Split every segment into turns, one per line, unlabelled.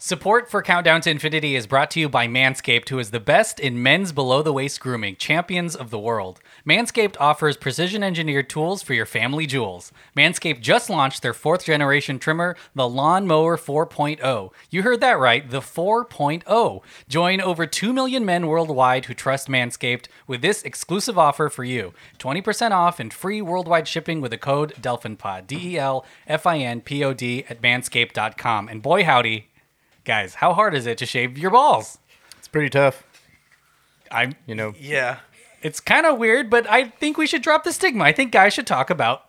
Support for Countdown to Infinity is brought to you by Manscaped, who is the best in men's below the waist grooming, champions of the world. Manscaped offers precision engineered tools for your family jewels. Manscaped just launched their fourth generation trimmer, the Lawnmower 4.0. You heard that right, the 4.0. Join over 2 million men worldwide who trust Manscaped with this exclusive offer for you 20% off and free worldwide shipping with the code DelphinPod, D E L F I N P O D, at manscaped.com. And boy, howdy, guys, how hard is it to shave your balls?
It's pretty tough,
I'm.
you know.
Yeah.
It's kind of weird, but I think we should drop the stigma. I think guys should talk about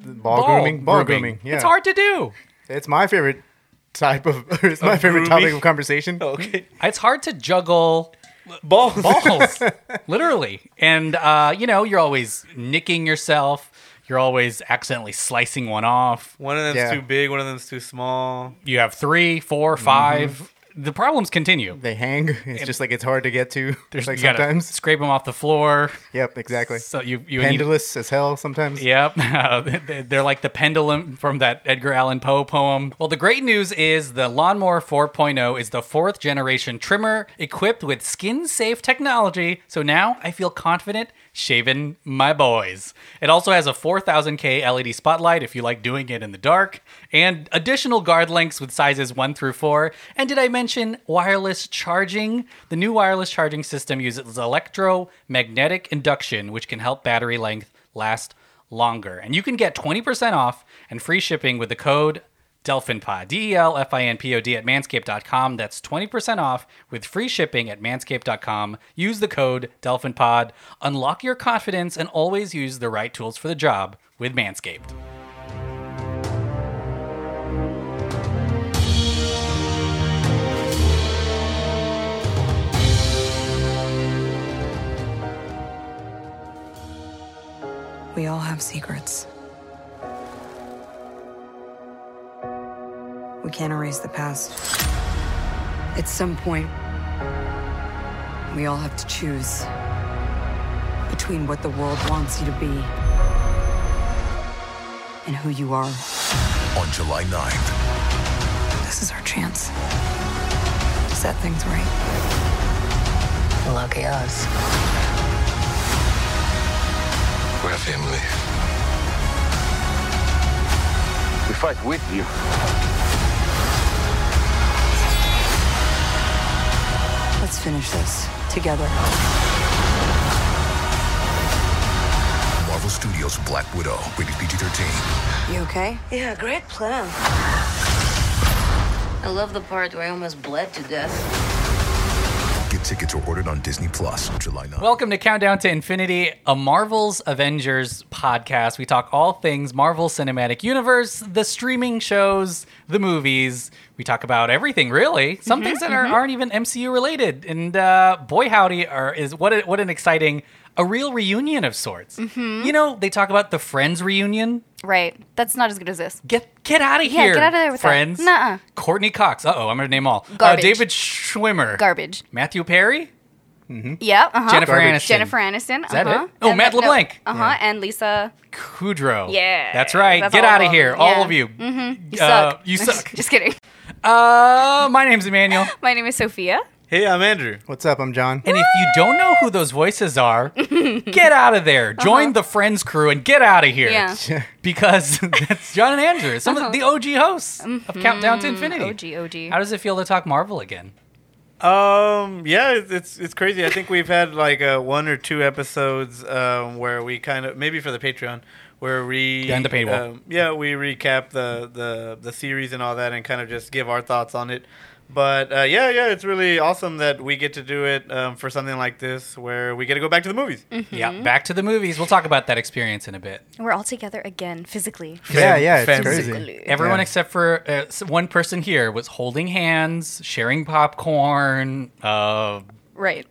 Ball,
ball
grooming, ball grooming. Yeah,
It's hard to do.
It's my favorite type of. It's my favorite
grooming?
topic of conversation.
Oh.
Okay.
It's hard to juggle
Balls.
balls, literally. And uh, you know, you're always nicking yourself. You're always accidentally slicing one off.
One of them's
Yeah.
too big. One of them's too small.
You have three, four,
Mm-hmm.
five. The problems continue.
They hang. It's just like it's hard to get to. There's like
you gotta
sometimes.
scrape them off the floor.
Yep, exactly.
So you you need
Pendulous as hell sometimes.
Yep. They- They're like the pendulum from that Edgar Allan Poe poem. Well, the great news is the Lawnmower 4.0 is the fourth generation trimmer equipped with skin safe technology. So now I feel confident shaving my boys. It also has a 4000K LED E spotlight if you like doing it in the dark, and additional guard lengths with sizes 1 through 4. And did I mention wireless charging? The new wireless charging system uses electromagnetic induction, which can help battery length last longer. And you can get 20% off and free shipping with the code DelphinPod, D E L F I N P O D at manscaped.com. That's 20% off with free shipping at manscaped.com. Use the code DelphinPod. Unlock your confidence and always use the right tools for the job with Manscaped.
We all have secrets. We can't erase the past. At some point, we all have to choose between what the world wants you to be and who you are.
On July 9th,
This is our chance to set things right.
Lucky us.
we're family.
We fight with you.
Let's finish this together.
Marvel Studios Black Widow, rated PG 13.
You okay?
Yeah, great plan. I love the part where I almost bled to death.
Get tickets or ordered on Disney Plus on July 9th.
Welcome to Countdown to Infinity, a Marvel's Avengers podcast. We talk all things Marvel Cinematic Universe, the streaming shows, the movies. We talk about everything, really. Some
Mm-hmm,
things that are, aren't even MCU related. And uh, boy, howdy, are, is what a, what an exciting, a real reunion of sorts.
Mm-hmm.
You know, they talk about the Friends reunion.
Right. That's not as good as this.
Get get out of
Yeah,
here.
get outta there with that.
Friends.
Nuh-uh.
Courtney Cox. Uh oh, I'm gonna name all. Uh,
Garbage.
David Schwimmer.
Garbage.
Matthew Perry.
Yeah. Uh huh.
Jennifer Aniston.
Jennifer Aniston.
that
uh-huh.
it? Oh, Matt LeBlanc.
Uh huh. And Lisa.
Kudrow.
Yeah.
That's right.
That's
Get
all
out of
of
here,
them.
all
Yeah. Mm-hmm.
of you.
You
Uh,
suck.
you suck.
Just kidding.
Uh, my name's Emmanuel.
My name is Sophia.
Hey, I'm Andrew.
What's up? I'm John.
And if you don't know who those voices are, get out of there. Join the Friends crew and get out of here.
Uh-huh. Yeah. Uh-huh.
Because that's John and Andrew, some of the OG hosts
Mm-hmm.
of Countdown to Infinity.
OG. OG.
How does it feel to talk Marvel again?
Um, yeah, it's it's, it's crazy. I think we've had like uh, one or two episodes um, where we kind of maybe for the Patreon where we
Behind the paywall.
um, yeah we recap the the the series and all that and kind of just give our thoughts on it. But uh, yeah, yeah, it's really awesome that we get to do it um, for something like this where we get to go back to the movies.
Mm-hmm.
Yeah, back to the movies. We'll talk about that experience in a bit.
We're all together again, physically.
yeah, yeah, it's
fam-
crazy.
Everyone
Yeah.
except for uh, s- one person here was holding hands, sharing popcorn, uh,
Right.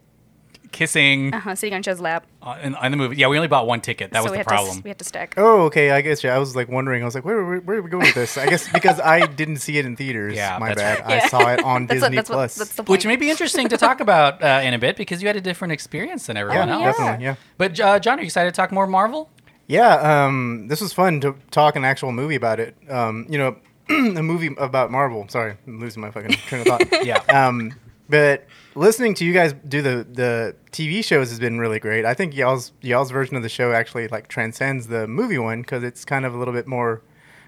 kissing
Uh huh. Sitting on Joe's lap.
on, in- on the movie. Yeah, we only bought one ticket. That
so
was
we
the
have
problem.
To, s- we have to stack.
Oh, okay. I guess yeah. I was like wondering. I was like, where where, where are we going with this? I guess because I didn't see it in theaters.
Yeah,
my
that's
bad. I saw it on
That's
Disney
what, that's
Plus.
what, that's the point.
which may be interesting to talk about uh, in a bit because you had a different experience than everyone
Oh,
else.
yeah.
Definitely, yeah.
But uh, John, are you excited to talk more Marvel?
Yeah, um, this was fun to talk an actual movie about it. Um, you know, a movie about Marvel. Sorry, I'm losing my fucking train of thought.
Yeah.
Um, but listening to you guys do the the TV shows has been really great. I think y'all's y'all's version of the show actually like transcends the movie one because it's kind of a little bit more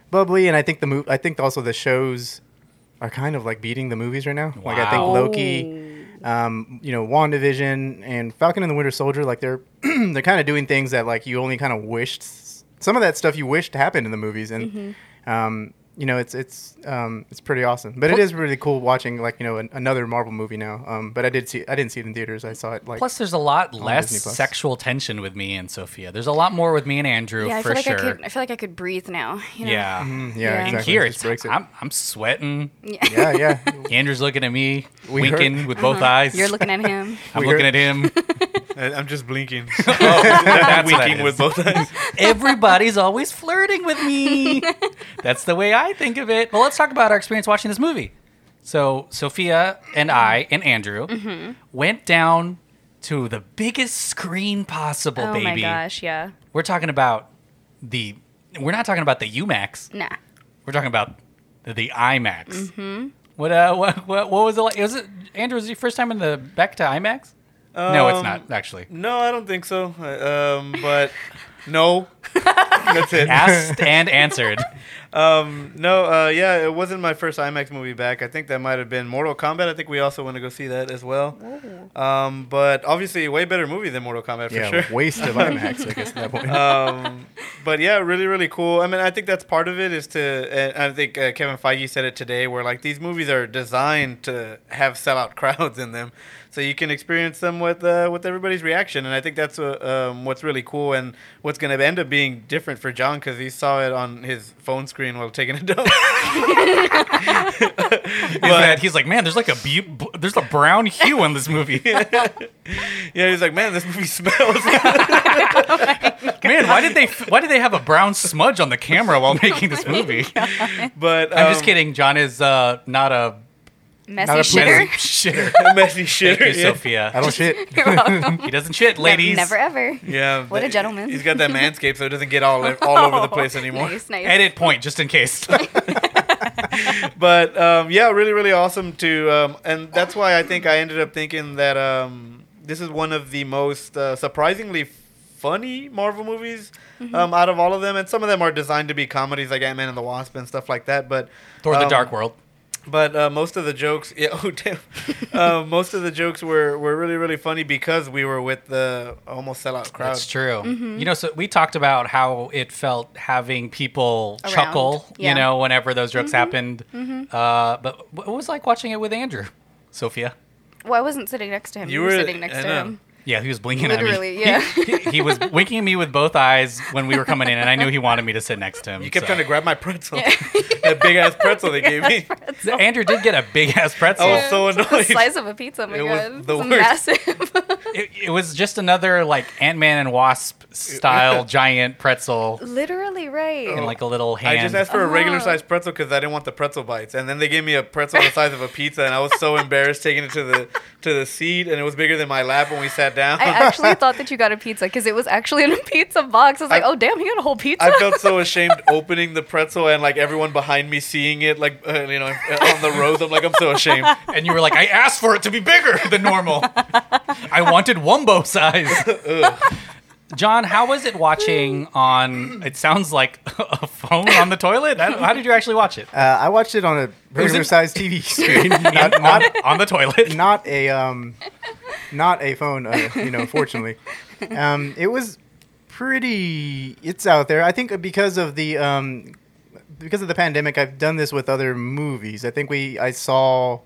bubbly, and I think the move I think also the shows are kind of like beating the movies right now. Like I think
Wow.
Loki, um, you know, WandaVision and Falcon and the Winter Soldier, like they're they're kind of doing things that like you only kind of wished s- some of that stuff you wished happened in the movies and um, you know, it's it's um, it's pretty awesome. But it is really cool watching like you know an, another Marvel movie now. Um, but I did see I didn't see it in theaters. I saw it like
Plus, there's a lot less
Disney Plus.
sexual tension with me and Sophia. There's a lot more with me and Andrew
Yeah, I
for
feel like
sure.
I could. I feel like I could breathe now. You know?
yeah,
Mm-hmm. yeah,
yeah.
Exactly.
and here
It just
it's
breaks it.
I'm, I'm sweating.
yeah, yeah.
Andrew's looking at me,
We
winking
heard-
with both eyes.
Uh-huh. You're looking at him.
I'm
We
looking
heard- Oh,
at him.
I- I'm just blinking.
That's what that
winking with
is.
both eyes.
Everybody's always flirting with me. That's the way I think of it. Well, let's talk about our experience watching this movie. So, Sophia and
Mm-hmm.
I and Andrew went down to the biggest screen possible,
oh
baby.
my gosh, yeah.
We're talking about the. We're not talking about the UMAX.
Nah.
We're talking about the, the IMAX. Mm-hmm. What, uh, what what what was it like? Was it Andrew? Was it your first time in the back to IMAX? no, it's
Um,
not actually.
No, I don't think so. Uh, Um, but no, that's it.
Asked and answered.
Um, no, uh, yeah, it wasn't my first IMAX movie back. I think that might have been Mortal Kombat. I think we also went to go see that as well. Um, but obviously, way better movie than Mortal Kombat for
yeah,
sure.
waste of IMAX, I guess at that point.
um, but yeah, really, really cool. I mean, I think that's part of it is to, and I think uh, Kevin Feige said it today, where like these movies are designed to have sellout crowds in them, so you can experience them with uh, with everybody's reaction, and I think that's uh, um, what's really cool and what's going to end up being different for John because he saw it on his phone screen while taking a dump.
He's, mad. He's like, man, there's like a bu- b- there's a brown hue in this movie.
yeah, he's like, man, this movie smells.
Man, why did they why did they have a brown smudge on the camera while making this movie?
but
I'm just
um,
kidding. John is uh, not a
Messy
Not a
shitter.
shitter.
Messy shit.
Thank you,
yeah.
Sophia.
I don't shit.
You're welcome.
He doesn't shit, ladies.
Never ever.
Yeah,
What a
that-
gentleman.
He's got that manscape, so it doesn't get all all over the place anymore.
Nice, nice.
Edit point just in case.
but um, yeah, really, really awesome to, um, and that's why I think I ended up thinking that um, this is one of the most uh, surprisingly funny Marvel movies
Mm-hmm.
um, out of all of them, and some of them are designed to be comedies like Ant Man and the Wasp and stuff like that. But
Thor: The
um,
Dark World.
but uh, most of the jokes, yeah, oh damn, uh, most of the jokes were, were really really funny because we were with the almost sellout crowd.
That's true. Mm-hmm. You know, so we talked about how it felt having people
Around.
chuckle, you
Yeah.
know, whenever those jokes happened. Uh, but what was it like watching it with Andrew, Sophia?
Well, I wasn't sitting next to him. You,
You
were,
were-
sitting next
I
to
know.
him.
Yeah, he was blinking
Literally,
at
yeah.
me. He- he, he was winking at me with both eyes when we were coming in, and I knew he wanted me to sit next to him.
You kept
so.
trying to grab my pretzel, that big ass pretzel they gave me.
Andrew did get a big ass pretzel.
I was so
Just
annoyed.
a slice of a pizza. Oh my
It was
god,
the
it's
worst.
massive.
It, it was just another like Ant Man and Wasp style giant pretzel
Literally right.
in like a little hand.
I just asked for a regular
Oh.
sized pretzel because I didn't want the pretzel bites, and then they gave me a pretzel the size of a pizza, and I was so embarrassed taking it to the to the seat, and it was bigger than my lap when we sat down.
I
I,
actually thought that you got a pizza because it was actually in a pizza box. I was like,
I-
oh damn, he got a whole pizza.
felt so ashamed opening the pretzel and like everyone behind me seeing it, like uh, you know, on the rows. I'm like, I'm so ashamed.
and you were like, I asked for it to be bigger than normal. I wanted Wumbo size. John, how was it watching on? It sounds like a phone on the toilet. I don't- How did you actually watch it?
Uh, I watched it on a regular sized TV screen, not,
on,
not
on the toilet.
not a um, not a phone. Uh, you know, fortunately, um, it was pretty. It's out there. I think because of the um, because of the pandemic, I've done this with other movies. I think we I saw.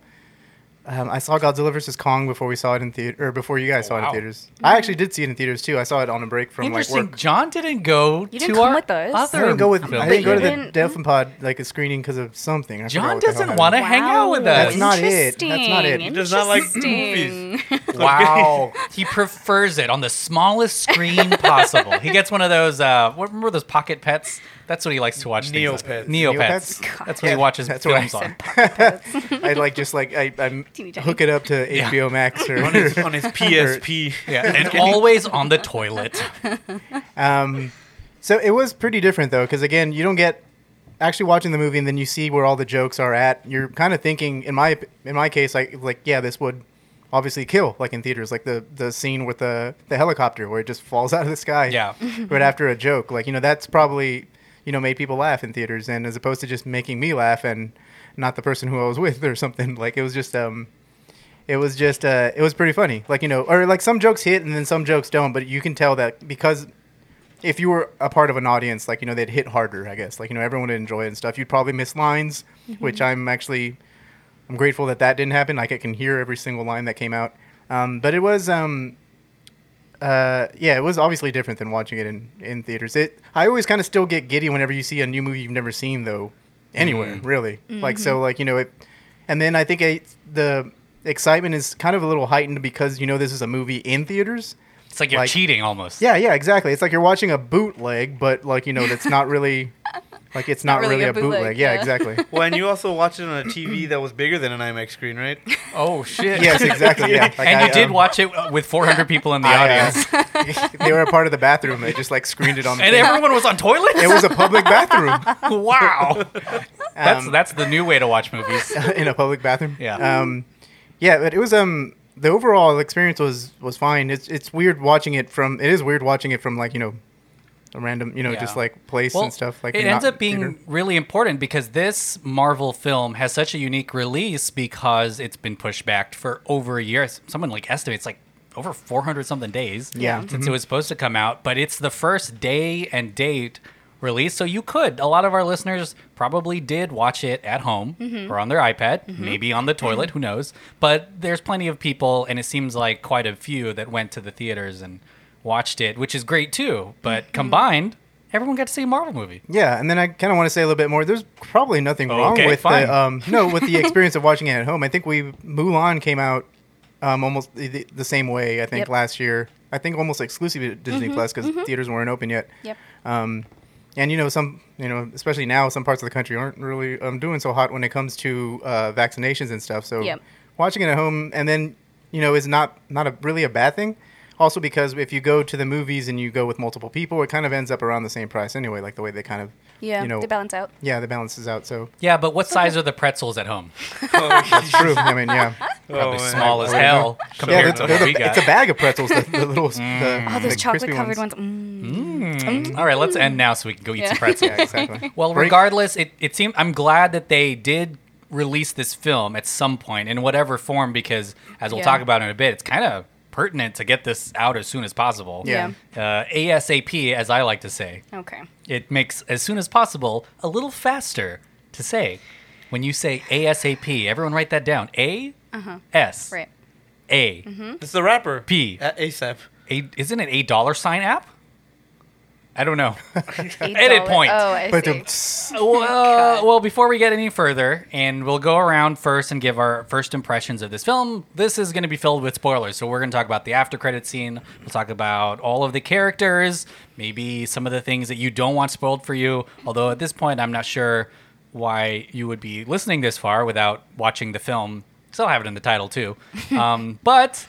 Um, I saw Godzilla vs Kong before we saw it in theater, or before you guys saw it
Oh, wow.
in theaters. I actually did see it in theaters too. I saw it on a break from like
Interesting.
work.
John didn't go
You
to
didn't come
our
with us.
other
I didn't go with.
film
I didn't go to
theater.
the
didn't-
Delphin Pod like a screening because of something. I forgot
John
what the hell
doesn't
happened.
want to hang out with us.
That's not it. That's not it. He
does not like
Interesting.
Wow. he prefers it on the smallest screen possible. He gets one of those, uh, what- remember those pocket pets? That's what he likes to watch. things on.
Neopets.
Neopets.
Neopets?
That's what he watches
That's
films
what I
on.
I like just like I, I
Teeny tiny.
hook it up to HBO Max or
on his on his PSP.
Yeah, and always on the toilet.
um. So it was pretty different though, because again, you don't get actually watching the movie and then you see where all the jokes are at, you're kind of thinking, in my in my case, like like yeah, this would obviously kill like in theaters, like the the scene with the the helicopter where it just falls out of the sky,
Yeah.
right after a joke, like you know that's probably you know made people laugh in theaters, and as opposed to just making me laugh and not the person who I was with or something, like it was just um. It was just, uh, it was pretty funny. Like, you know, or like some jokes hit and then some jokes don't, but you can tell that because if you were a part of an audience, like you know, they'd hit harder, I guess. Like you know, everyone would enjoy it and stuff. You'd probably miss lines, which I'm actually, I'm grateful that that didn't happen. Like I can hear every single line that came out. Um, but it was, um, uh, yeah, it was obviously different than watching it in in theaters. It, I always kind of still get giddy whenever you see a new movie you've never seen though, anywhere really. Like so, like you know, it, and then I think I, the excitement is kind of a little heightened because you know this is a movie in theaters.
It's like you're
Like-
cheating almost.
Yeah, yeah, exactly. It's like you're watching a bootleg, but like you know, that's not really like it's not, really, a bootleg. Yeah, exactly.
Well, and you also watched it on a TV that was bigger than an IMAX screen, right?
Oh shit.
yes, exactly. Yeah, Like,
and
I,
you did
um,
watch it uh, with 400 people in the
I,
audience,
uh, they were a part of the bathroom. They just like screened it on. The
and
thing.
everyone was on toilets.
it was a public bathroom.
wow. that's
Um,
that's the new way to watch movies.
in a public bathroom.
Yeah.
Um, yeah, but it was um the overall experience was was fine. It's it's weird watching it from. It is weird watching it from like you know, a random you know
Yeah.
just like place
Well,
and stuff. Like
it
not
ends up being
theater.
really important because this Marvel film has such a unique release because it's been pushed back for over a year. S- Someone like estimates like over 400 something days.
Yeah. Mm-hmm.
Since it was supposed to come out, but it's the first day and date release, so you could. A lot of our listeners probably did watch it at home
Mm-hmm.
or on their iPad, maybe on the toilet, who knows? But there's plenty of people, and it seems like quite a few that went to the theaters and watched it, which is great too. But
Mm-hmm.
combined. Everyone got to see a Marvel movie.
Yeah, and then I kind of want to say a little bit more. There's probably nothing wrong
Okay,
with
fine.
the um, no with the experience of watching it at home. I think we Mulan came out um, almost the, the- the same way. I think
Yep. Mm-hmm,
last year. I think almost exclusively to Disney Plus because theaters weren't open yet.
Yep.
Um, and you know some you know especially now some parts of the country aren't really um, doing so hot when it comes to uh, vaccinations and stuff. So
Yep.
watching it at home and then you know is not not a really a bad thing. Also because if you go to the movies and you go with multiple people, it kind of ends up around the same price anyway. Like the way they kind of
Yeah,
you know
they balance out.
yeah the balance is out. So
Yeah, but what size are the pretzels at home?
that's true. I mean yeah.
Probably
Oh, man.
small as hell
Yeah,
compared
that's-
to
they're
what
the-
we got.
it's a bag of pretzels. The, the little, the,
Oh,
the
those
crispy
chocolate covered
ones.
ones. Mm.
Hmm. All right, let's end now so we can go eat some pretzels.
Yeah, exactly.
Well,
Break-
regardless, it, it seemed I'm glad that they did release this film at some point in whatever form because as we'll
Yeah.
talk about in a bit, it's kind of pertinent to get this out as soon as possible.
Yeah.
Uh, ASAP, as I like to say.
Mm, Okay.
It makes as soon as possible a little faster to say. When you say ASAP, everyone write that down. A S
Right.
A
It's the rapper.
P.
A- ASAP.
A- isn't it a dollar sign app? I don't know.
Eight
Edit
dollars.
point.
Oh, I
But
see.
the-
well, well, before we get any further, and we'll go around first and give our first impressions of this film. This is going to be filled with spoilers, so we're going to talk about the after credit scene. We'll talk about all of the characters, maybe some of the things that you don't want spoiled for you. Although at this point, I'm not sure why you would be listening this far without watching the film. Still have it in the title too, um, but.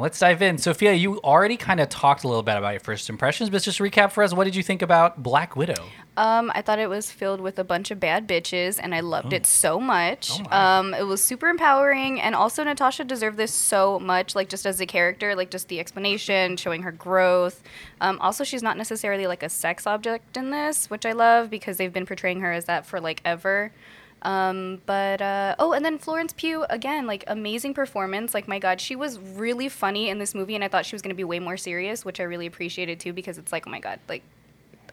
Let's dive in. Sophia, you already kind of talked a little bit about your first impressions, but just recap for us. What did you think about Black Widow?
Um, I thought it was filled with a bunch of bad bitches, and I loved it so much.
Oh my.
um, it was super empowering, and also Natasha deserved this so much, like just as a character, like just the explanation, showing her growth. Um, also, she's not necessarily like a sex object in this, which I love because they've been portraying her as that for like ever. Um, but uh, oh, and then Florence Pugh again, like amazing performance. Like my God, she was really funny in this movie, and I thought she was going to be way more serious, which I really appreciated too because it's like, oh my God, like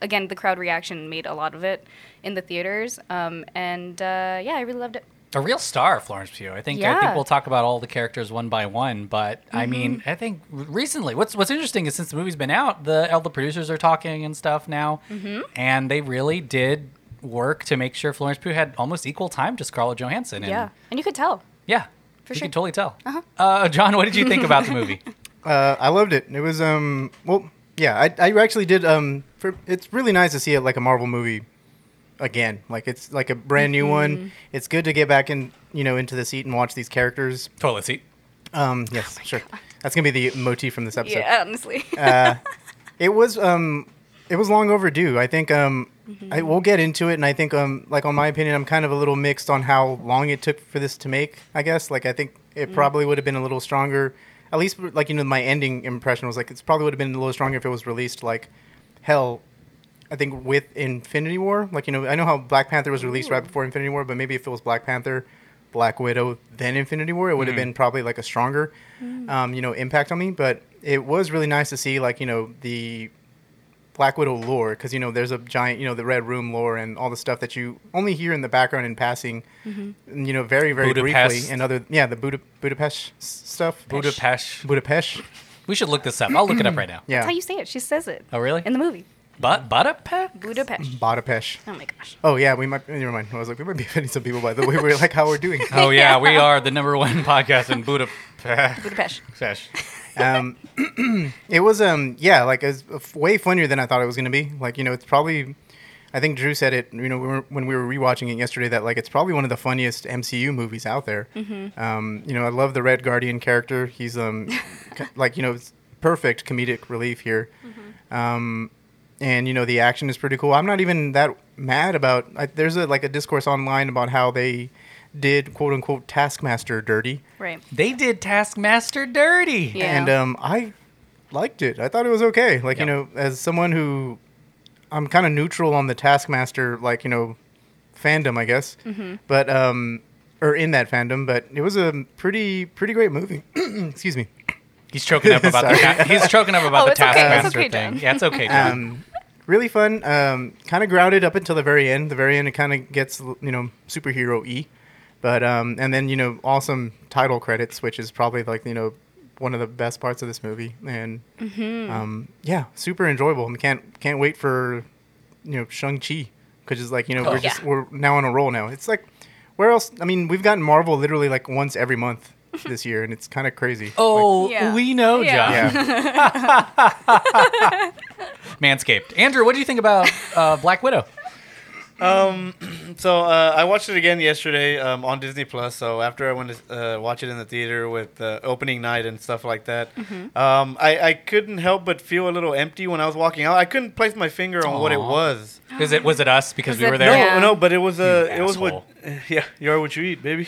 again, the crowd reaction made a lot of it in the theaters. Um, and uh, yeah, I really loved it.
a real star, Florence Pugh. I think I
Yeah. Mm-hmm.
think we'll talk about all the characters one by one. But I mean, I think w- recently, what's what's interesting is since the movie's been out, the all the producers are talking and stuff now,
Mm-hmm.
and they really did work to make sure Florence Pugh had almost equal time to Scarlett Johansson. And,
Yeah, and you could tell.
yeah,
For
you
sure.
can totally tell. Uh-huh. John, what did you think about the movie?
Uh, I loved it. It was um well yeah I, I actually did um for, it's really nice to see it like a Marvel movie again like it's like a brand new one. It's good to get back in you know into the seat and watch these characters.
Toilet seat.
Um yes sure that's gonna be the motif from this episode.
Yeah, honestly.
It was um it was long overdue. I think um, I, we'll get into it, and I think um, like on my opinion, I'm kind of a little mixed on how long it took for this to make. I guess like I think it probably would have been a little stronger. At least like you know, my ending impression was like it's probably would have been a little stronger if it was released like hell. I think with Infinity War, like you know, I know how Black Panther was released right before Infinity War, but maybe if it was Black Panther, Black Widow, then Infinity War, it would have been probably like a stronger, um, you know, impact on me. But it was really nice to see like you know the Black Widow lore because you know there's a giant you know the Red Room lore and all the stuff that you only hear in the background in passing,
Mm-hmm.
you know very very
Budapest.
briefly and other yeah the Buda- Budapest s- stuff
Budapest.
Budapest
We should look this up. I'll look it up right now.
yeah
That's how you say it. She says it.
Oh, really?
In the movie.
But Budapest.
Budapest.
Budapest.
Oh my gosh.
Oh yeah, we might never mind. I was like we might be offending some people by the way we're like how we're doing.
Oh yeah, we are the number one podcast in Budapest.
Budapest.
um, it was um yeah like it was f- way funnier than I thought it was gonna be. Like you know it's probably, I think Drew said it. You know we were- when we were rewatching it yesterday that like it's probably one of the funniest MCU movies out there. Um, you know I love the Red Guardian character. He's um c- like you know it's perfect comedic relief here. Um, and you know the action is pretty cool. I'm not even that mad about. I, there's a like a discourse online about how they did quote unquote Taskmaster dirty.
Right.
They did Taskmaster dirty.
Yeah.
And um, I liked it. I thought it was okay. Like, you
Yeah.
know, as someone who I'm kind of neutral on the Taskmaster, like, you know, fandom, I guess. But, um, or in that fandom, but it was a pretty, pretty great movie. Excuse me.
He's choking up about the ta- he's choking up about
Oh,
the
it's okay, it's
Taskmaster
okay,
thing.
John.
Yeah, it's okay. John.
Um,
Um, Really fun. Um, kind of grounded up until the very end. The very end, it kind of gets, you know, superhero y. But, um, and then, you know, awesome title credits, which is probably like, you know, one of the best parts of this movie. And um, yeah, super enjoyable. And can't can't wait for you know Shang Chi because it's like you know we're just
yeah.
we're now on a roll now. It's like where else? I mean, we've gotten Marvel literally like once every month this year, and it's kind of crazy.
oh,
Yeah.
we know,
Yeah.
John.
yeah,
Manscaped. Andrew, what do you think about uh, Black Widow?
So uh, I watched it again yesterday um, on Disney Plus. So after I went to uh, watch it in the theater with uh, opening night and stuff like that, um, I, I couldn't help but feel a little empty when I was walking out. I couldn't place my finger on what it
Aw.
was.
Is it was it us because
Was
we
it-
were
No,
there?
Yeah.
no, but it was uh, it was what. Yeah, you are what you eat, baby.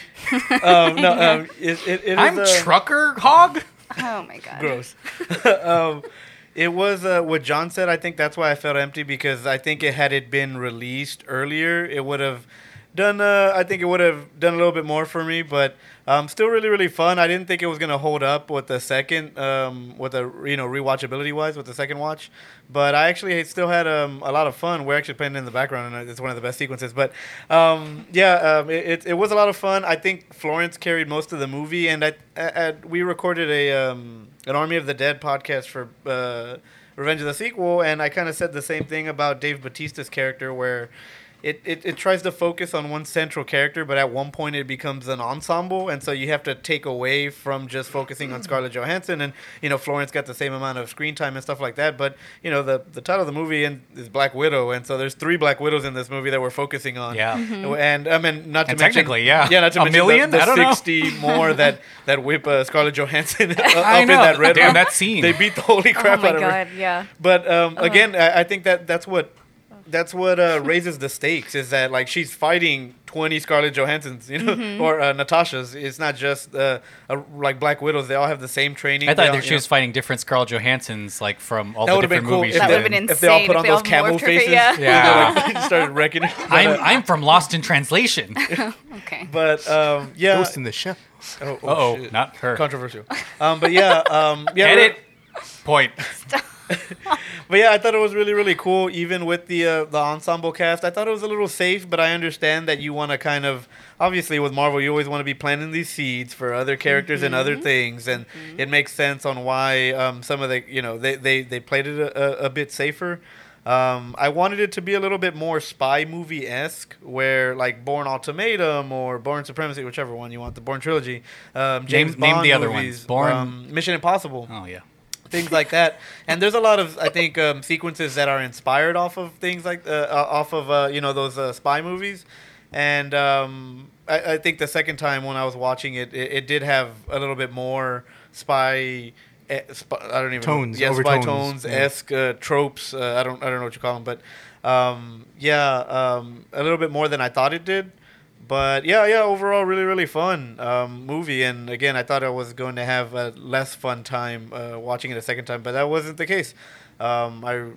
um, no, um, it, it, it is,
I'm
uh,
trucker hog.
Oh my god.
gross. um, it was uh, what John said. I think that's why I felt empty because I think it had it been released earlier, it would have done. Uh, I think it would have done a little bit more for me, but um, still really really fun. I didn't think it was gonna hold up with the second, um, with the you know rewatchability wise with the second watch, but I actually still had um, a lot of fun. We're actually playing it in the background, and it's one of the best sequences. But um, yeah, um, it, it, it was a lot of fun. I think Florence carried most of the movie, and I, I, I we recorded a um, an Army of the Dead podcast for. Uh, Revenge of the sequel, and I kind of said the same thing about Dave Batista's character, where it, it, it tries to focus on one central character, but at one point it becomes an ensemble, and so you have to take away from just focusing on Scarlett Johansson. And you know, Florence got the same amount of screen time and stuff like that. But you know, the the title of the movie in, is Black Widow, and so there's three Black Widows in this movie that we're focusing on.
Yeah.
and I mean, not to
And
mention,
technically, yeah.
yeah, not to
A
mention the-
million?
the,
I don't know.
sixty more that that whip uh, Scarlett Johansson up
I
in
know.
that red
Damn,
room.
that scene.
They beat the holy
Oh
crap
my
out of her.
god. Yeah.
But um,
Uh-huh.
again, I, I think that that's what
Oh.
that's what uh, raises the stakes is that like she's fighting twenty Scarlett Johanssons, you know,
Mm-hmm.
or uh, Natasha's. It's not just uh, uh, like Black Widows. They all have the same training.
I
They
thought
all-
that she
you
was
know.
fighting different Scarlett Johanssons, like from all
That
the
would have been
different
cool.
movies.
if
That
she did.
would've been
If they all
insane
put
if
on
they
those
all
camel
morphed her-
faces,
yeah.
and
Yeah.
they, like, started wrecking. it. But,
I'm
uh,
I'm from Lost in Translation.
Okay.
but um, yeah.
Ghost in the Shell.
oh, oh,
Oh,
shit.
not her.
controversial. Um, but yeah, um, yeah.
Edit. Point.
But yeah, I thought it was really really cool. Even with the uh, the ensemble cast, I thought it was a little safe. But I understand that you want to kind of obviously with Marvel, you always want to be planting these seeds for other characters and other things, and it makes sense on why um, some of the you know they they, they played it a, a, a bit safer. Um, I wanted it to be a little bit more spy movie esque, where like Born Ultimatum or Born Supremacy, whichever one you want, the Born trilogy, um, James
name
Bond
the other ones.
movies,
Bourne-
um, Mission Impossible
Oh yeah.
things like that. And there's a lot of I think um, sequences that are inspired off of things like uh, uh, off of uh, you know those uh, spy movies. And um, I, I think the second time when I was watching it, it, it did have a little bit more spy eh, sp- I don't even
Tones,
know. yeah, spy
overtones,
tones,
yeah.
esque uh, tropes. Uh, I don't I don't know what you call them, but um, yeah, um, a little bit more than I thought it did. But yeah, yeah, overall, really, really fun um, movie. And again, I thought I was going to have a less fun time uh, watching it a second time, but that wasn't the case. Um, I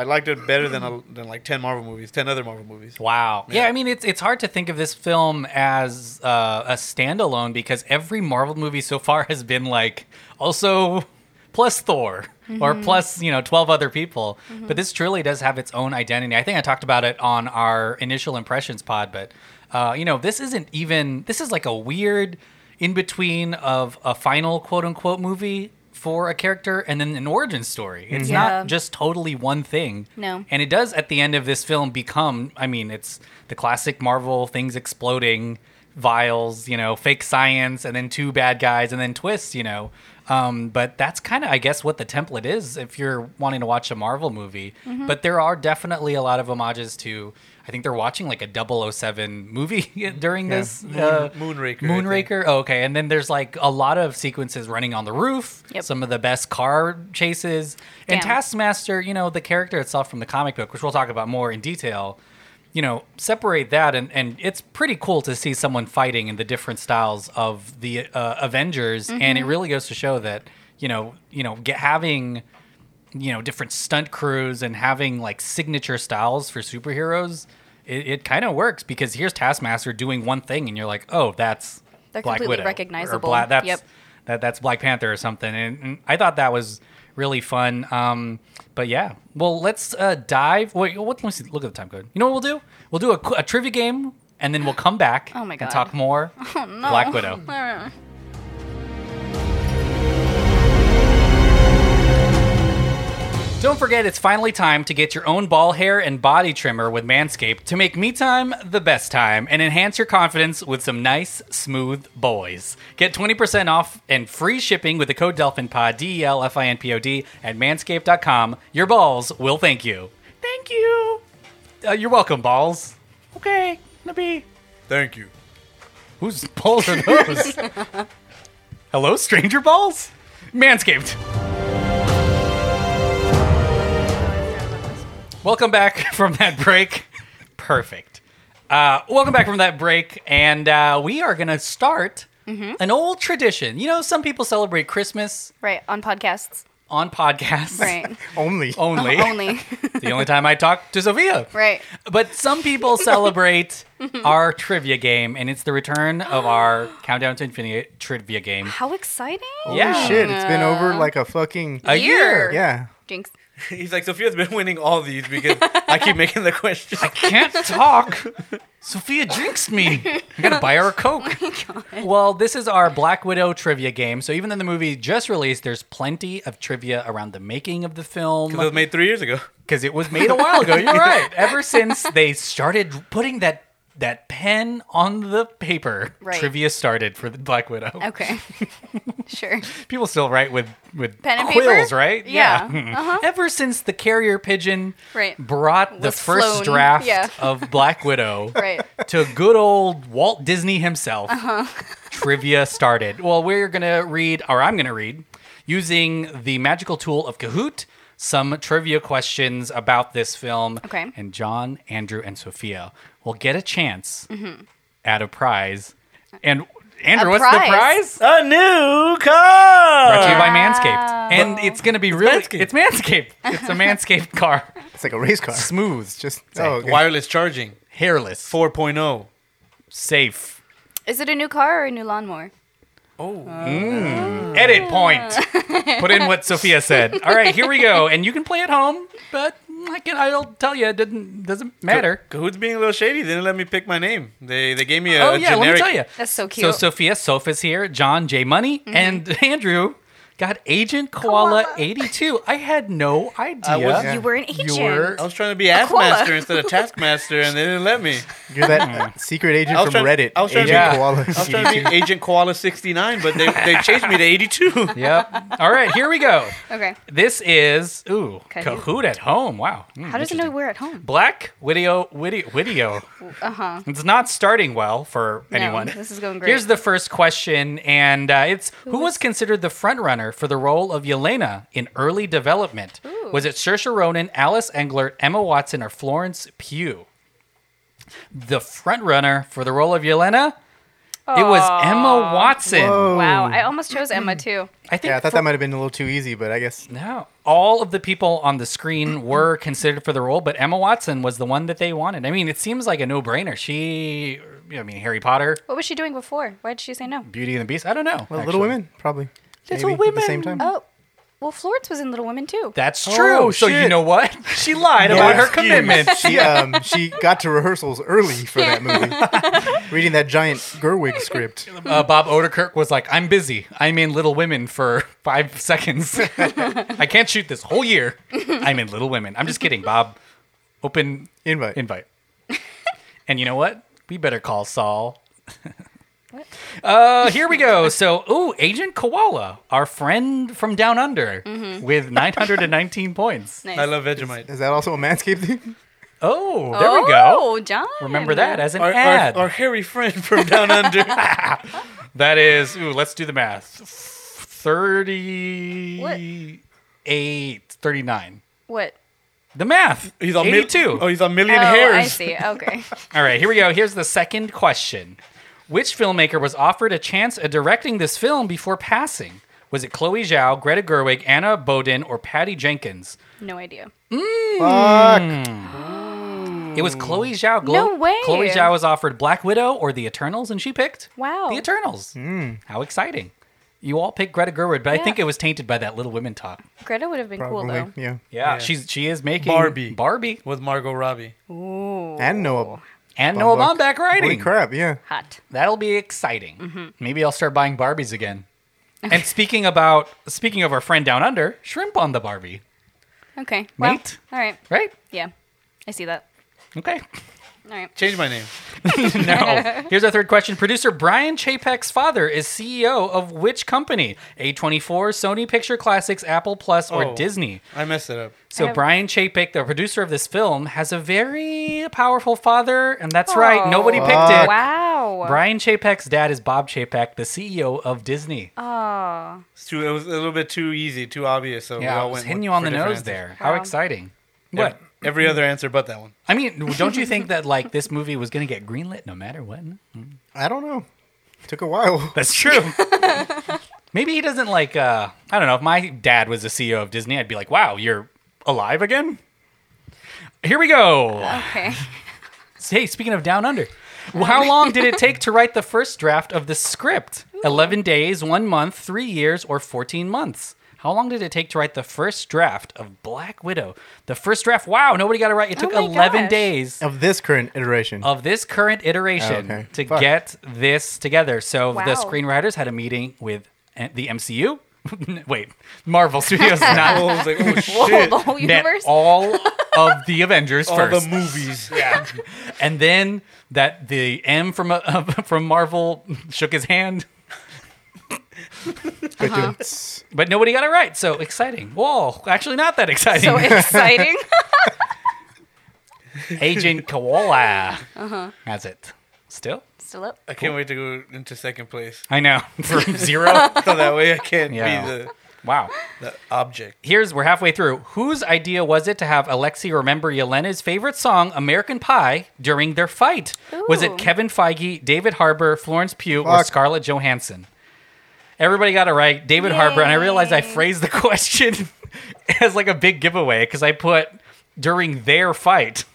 I liked it better than a, than like ten Marvel movies, ten other Marvel movies.
Wow. Yeah. I mean, it's it's hard to think of this film as uh, a standalone because every Marvel movie so far has been like also plus Thor or plus you know twelve other people. But this truly does have its own identity. I think I talked about it on our initial impressions pod, but uh, you know, this isn't even this is like a weird in between of a final quote unquote movie for a character and then an origin story. It's
Yeah.
not just totally one thing.
No.
And it does at the end of this film become, I mean, it's the classic Marvel things exploding, vials, you know, fake science, and then two bad guys, and then twists, you know. Um, but that's kind of, I guess, what the template is if you're wanting to watch a Marvel movie.
Mm-hmm.
But there are definitely a lot of homages to. I think they're watching like a 007 movie during this uh,
Moonraker, I think.
Moonraker. Oh, okay, and then there's like a lot of sequences running on the roof.
Yep.
Some of the best car chases and
Damn.
Taskmaster. You know the character itself from the comic book, which we'll talk about more in detail. You know, separate that, and and it's pretty cool to see someone fighting in the different styles of the uh, Avengers, and it
Mm-hmm.
really goes to show that you know you know get, having you know different stunt crews and having like signature styles for superheroes it, it kind of works because here's taskmaster doing one thing and you're like oh that's
They're
black
completely
Widow, or
recognizable.
Bla- that's
Yep.
that, that's black panther or something and, and i thought that was really fun um but yeah well let's uh dive wait what let me see look at the time code you know what we'll do we'll do a, qu- a trivia game and then we'll come back
Oh my
and
God. Oh,
talk more black widow Don't forget, it's finally time to get your own ball hair and body trimmer with Manscaped to make me time the best time and enhance your confidence with some nice, smooth boys. Get 20% off and free shipping with the code DelphinPod, D E L F I N P O D, at manscaped.com. Your balls will thank you. Thank you. Uh, you're welcome, balls. Okay, Nabi.
Thank you.
Whose balls are those? Hello, stranger balls? Manscaped. Welcome back from that break. Perfect. Uh, welcome back from that break, and uh, we are going to start
Mm-hmm.
an old tradition. You know, some people celebrate Christmas
Right, on podcasts.
on podcasts
Right.
Only.
only.
Only.
the only time I talk to Sophia.
right.
But some people celebrate our trivia game, and it's the return of our Countdown to Infinity trivia game.
How exciting.
yeah.
Shit, it's been over like a fucking.
A year.
yeah.
Jinx.
He's like Sophia's been winning all these because I keep making the questions.
Can't talk. Sophia jinxed me. I gotta buy her a Coke.
Oh
Well, this is our Black Widow trivia game. So even though the movie just released, there's plenty of trivia around the making of the film.
It was made three years ago.
because it was made a while ago. You're right. Ever since they started putting that that pen on the paper,
Right.
trivia started for the Black Widow.
Okay. sure.
People still write with with
Pen and
quills,
paper?
right?
Yeah. Uh-huh.
Ever since the carrier pigeon
Right.
brought the
Was
first
flown.
draft
Yeah.
of Black Widow
Right. Uh-huh.
to good old Walt Disney himself, trivia started. Well, we're going to read, or I'm going to read, using the magical tool of Kahoot, some trivia questions about this film.
Okay.
And John, Andrew, and Sophia will get a chance at a prize. And Andrew,
Mm-hmm. A
what's the prize?
prize?
A new car.
Brought to you by Manscaped. And it's going to be really,
Manscaped.
it's Manscaped. It's a Manscaped car.
It's like a race car.
Smooth,
Just. Oh, okay.
Wireless charging oh.
hairless,
4.0.
safe.
Is it a new car or a new lawnmower?
Edit point. Put in what Sophia said. All right, here we go. And you can play at home, but I can, I'll tell you, it didn't, doesn't matter.
Kahoot's being a little shady. They didn't let me pick my name. They they gave me a
Oh, yeah,
generic.
let me tell you.
That's so
So
cute. Mm-hmm.
Sophia, Sophia's here, John, J Money, and Andrew got Agent Koala, 82. I had no idea.
was- Oh,
You were an agent.
You're-
I was trying to be Assmaster instead of Taskmaster, and they didn't let me.
You're that secret agent
I
from
was trying-
Reddit.
I was trying
agent
to-
Yeah.
Koala.
I was trying to be Agent Koala 69, but they, they changed me to 82.
Yep. All right, here we go.
Okay.
This is, ooh,
Kahoot.
Kahoot at home. Wow. Mm,
How does it know
interesting.
we're at home?
Black Widow, Widow, Widow. Uh-huh. It's not starting well for
No,
anyone.
this is going great.
Here's the first question, and uh, it's who, was considered the front runner Gardner for the role of Yelena in early development? Was it Saoirse Ronan, Alice Englert, Emma Watson, or Florence Pugh? The frontrunner for the role of Yelena? It was Emma Watson.
Wow, I almost chose Emma too.
I think
Yeah, I thought
for-
that might have been a little too easy, but I guess
No. All of the people on the screen were considered for the role, but Emma Watson was the one that they wanted. I mean, it seems like a no brainer. She, I mean, Harry Potter,
What was she doing before? Why did she say no?
Beauty and the Beast. I don't know.
well,
actually.
Little Women probably.
Little
Maybe, At the same
Women.
time.
Oh, well, Florence was in Little Women too.
That's
Oh,
true. so you
shit.
know what? She lied about her
excuse.
commitment.
She um she got to rehearsals early for that movie, reading that giant Gerwig script.
Uh, Bob Odenkirk was like, "I'm busy. I'm in Little Women for five seconds. I can't shoot this whole year. I'm in Little Women. I'm just kidding, Bob. Open
Invite.
invite. and you know what? We better call Saul.
What?
Uh, here we go. So, ooh, Agent Koala, our friend from Down Under, with 919 points.
Mm-hmm. Nice.
I love Vegemite.
Is that also a Manscaped thing?
Oh, there we go.
Oh, John.
Remember that as an
Our,
ad.
our, our hairy friend from down under.
That is, ooh, let's do the math. 38, 39.
what?
The math.
He's on mil-
82.
oh, he's on million
Oh,
hairs.
I see. Okay.
All right, here we go. Here's the second question. Which filmmaker was offered a chance at directing this film before passing? Was it Chloe Zhao, Greta Gerwig, Anna Boden, or Patty Jenkins?
No idea.
It was Chloe Zhao. Glo-
Mm. No way.
Chloe Zhao was offered Black Widow or The Eternals, and she picked
Wow.
The Eternals. How exciting! You all picked Greta Gerwig, but I think it was tainted by that Little Women talk.
Greta would have been
Probably.
cool
yeah.
Yeah, she's she is making
Barbie.
Barbie,
With Margot Robbie.
though. Ooh,
And Noah.
and
Bum
Noah
luck.
Baumbach
Holy
writing.
crap! Yeah.
hot.
That'll be exciting.
Mm-hmm.
Maybe I'll start buying Barbies again. And speaking about speaking of our friend down under, shrimp on the Barbie,
Okay. Well,
Mate?
All right.
right?
Yeah. I see that.
Okay.
All right.
Change my name.
No. Here's our third question. Producer Brian Chapek's father is CEO of which company? A24, Sony Picture Classics, Apple Plus, or
Oh.
Disney?
I messed it up.
So Brian Chapek, the producer of this film, has a very powerful father, and that's right. Nobody picked
Oh,
it.
Wow.
Brian Chapek's dad is Bob Chapek, the CEO of Disney.
Oh.
It's too, it was a little bit too easy, too obvious. So we
yeah, I
all
was
went
hitting
with-
you on
for
the
different
nose
answers.
there. How
Wow.
exciting!
Ev-
What?
Every other answer but that one.
I mean, don't you think that like this movie was going to get greenlit no matter what?
I don't know. Took a while.
That's true. Maybe he doesn't like. uh I don't know. If my dad was the CEO of Disney, I'd be like, "Wow, you're alive again." Here we go.
Okay.
Hey, speaking of Down Under, well, how long did it take to write the first draft of the script? Eleven days, one month, three years, or fourteen months? How long did it take to write the first draft of Black Widow? The first draft. Wow, nobody got it right. It took
Oh my
eleven
gosh.
days.
Of this current iteration.
of this current iteration
Oh, okay.
to
Fuck.
get this together. So
Wow.
the screenwriters had a meeting with uh, the MCU. Wait, Marvel Studios not
I was like, oh
Whoa,
shit.
the whole
net
universe.
all of the Avengers
All
first,
the movies.
and then that the M from uh, from Marvel shook his hand,
But it's-
but nobody got it right. So exciting! Whoa, actually not that exciting.
so exciting.
Agent Koala has it still.
Still up.
I can't wait to go into second place.
I know from zero.
So that way I can't
Yeah.
be the,
wow.
the object.
here's we're halfway through. Whose idea was it to have Alexei remember Yelena's favorite song, American Pie, during their fight? Was
Ooh.
it Kevin Feige, David Harbour, Florence Pugh, or
Fuck.
Scarlett Johansson? Everybody got it right. David Harbour, and I realized I
Yay.
phrased the question as like a big giveaway because I put during their fight.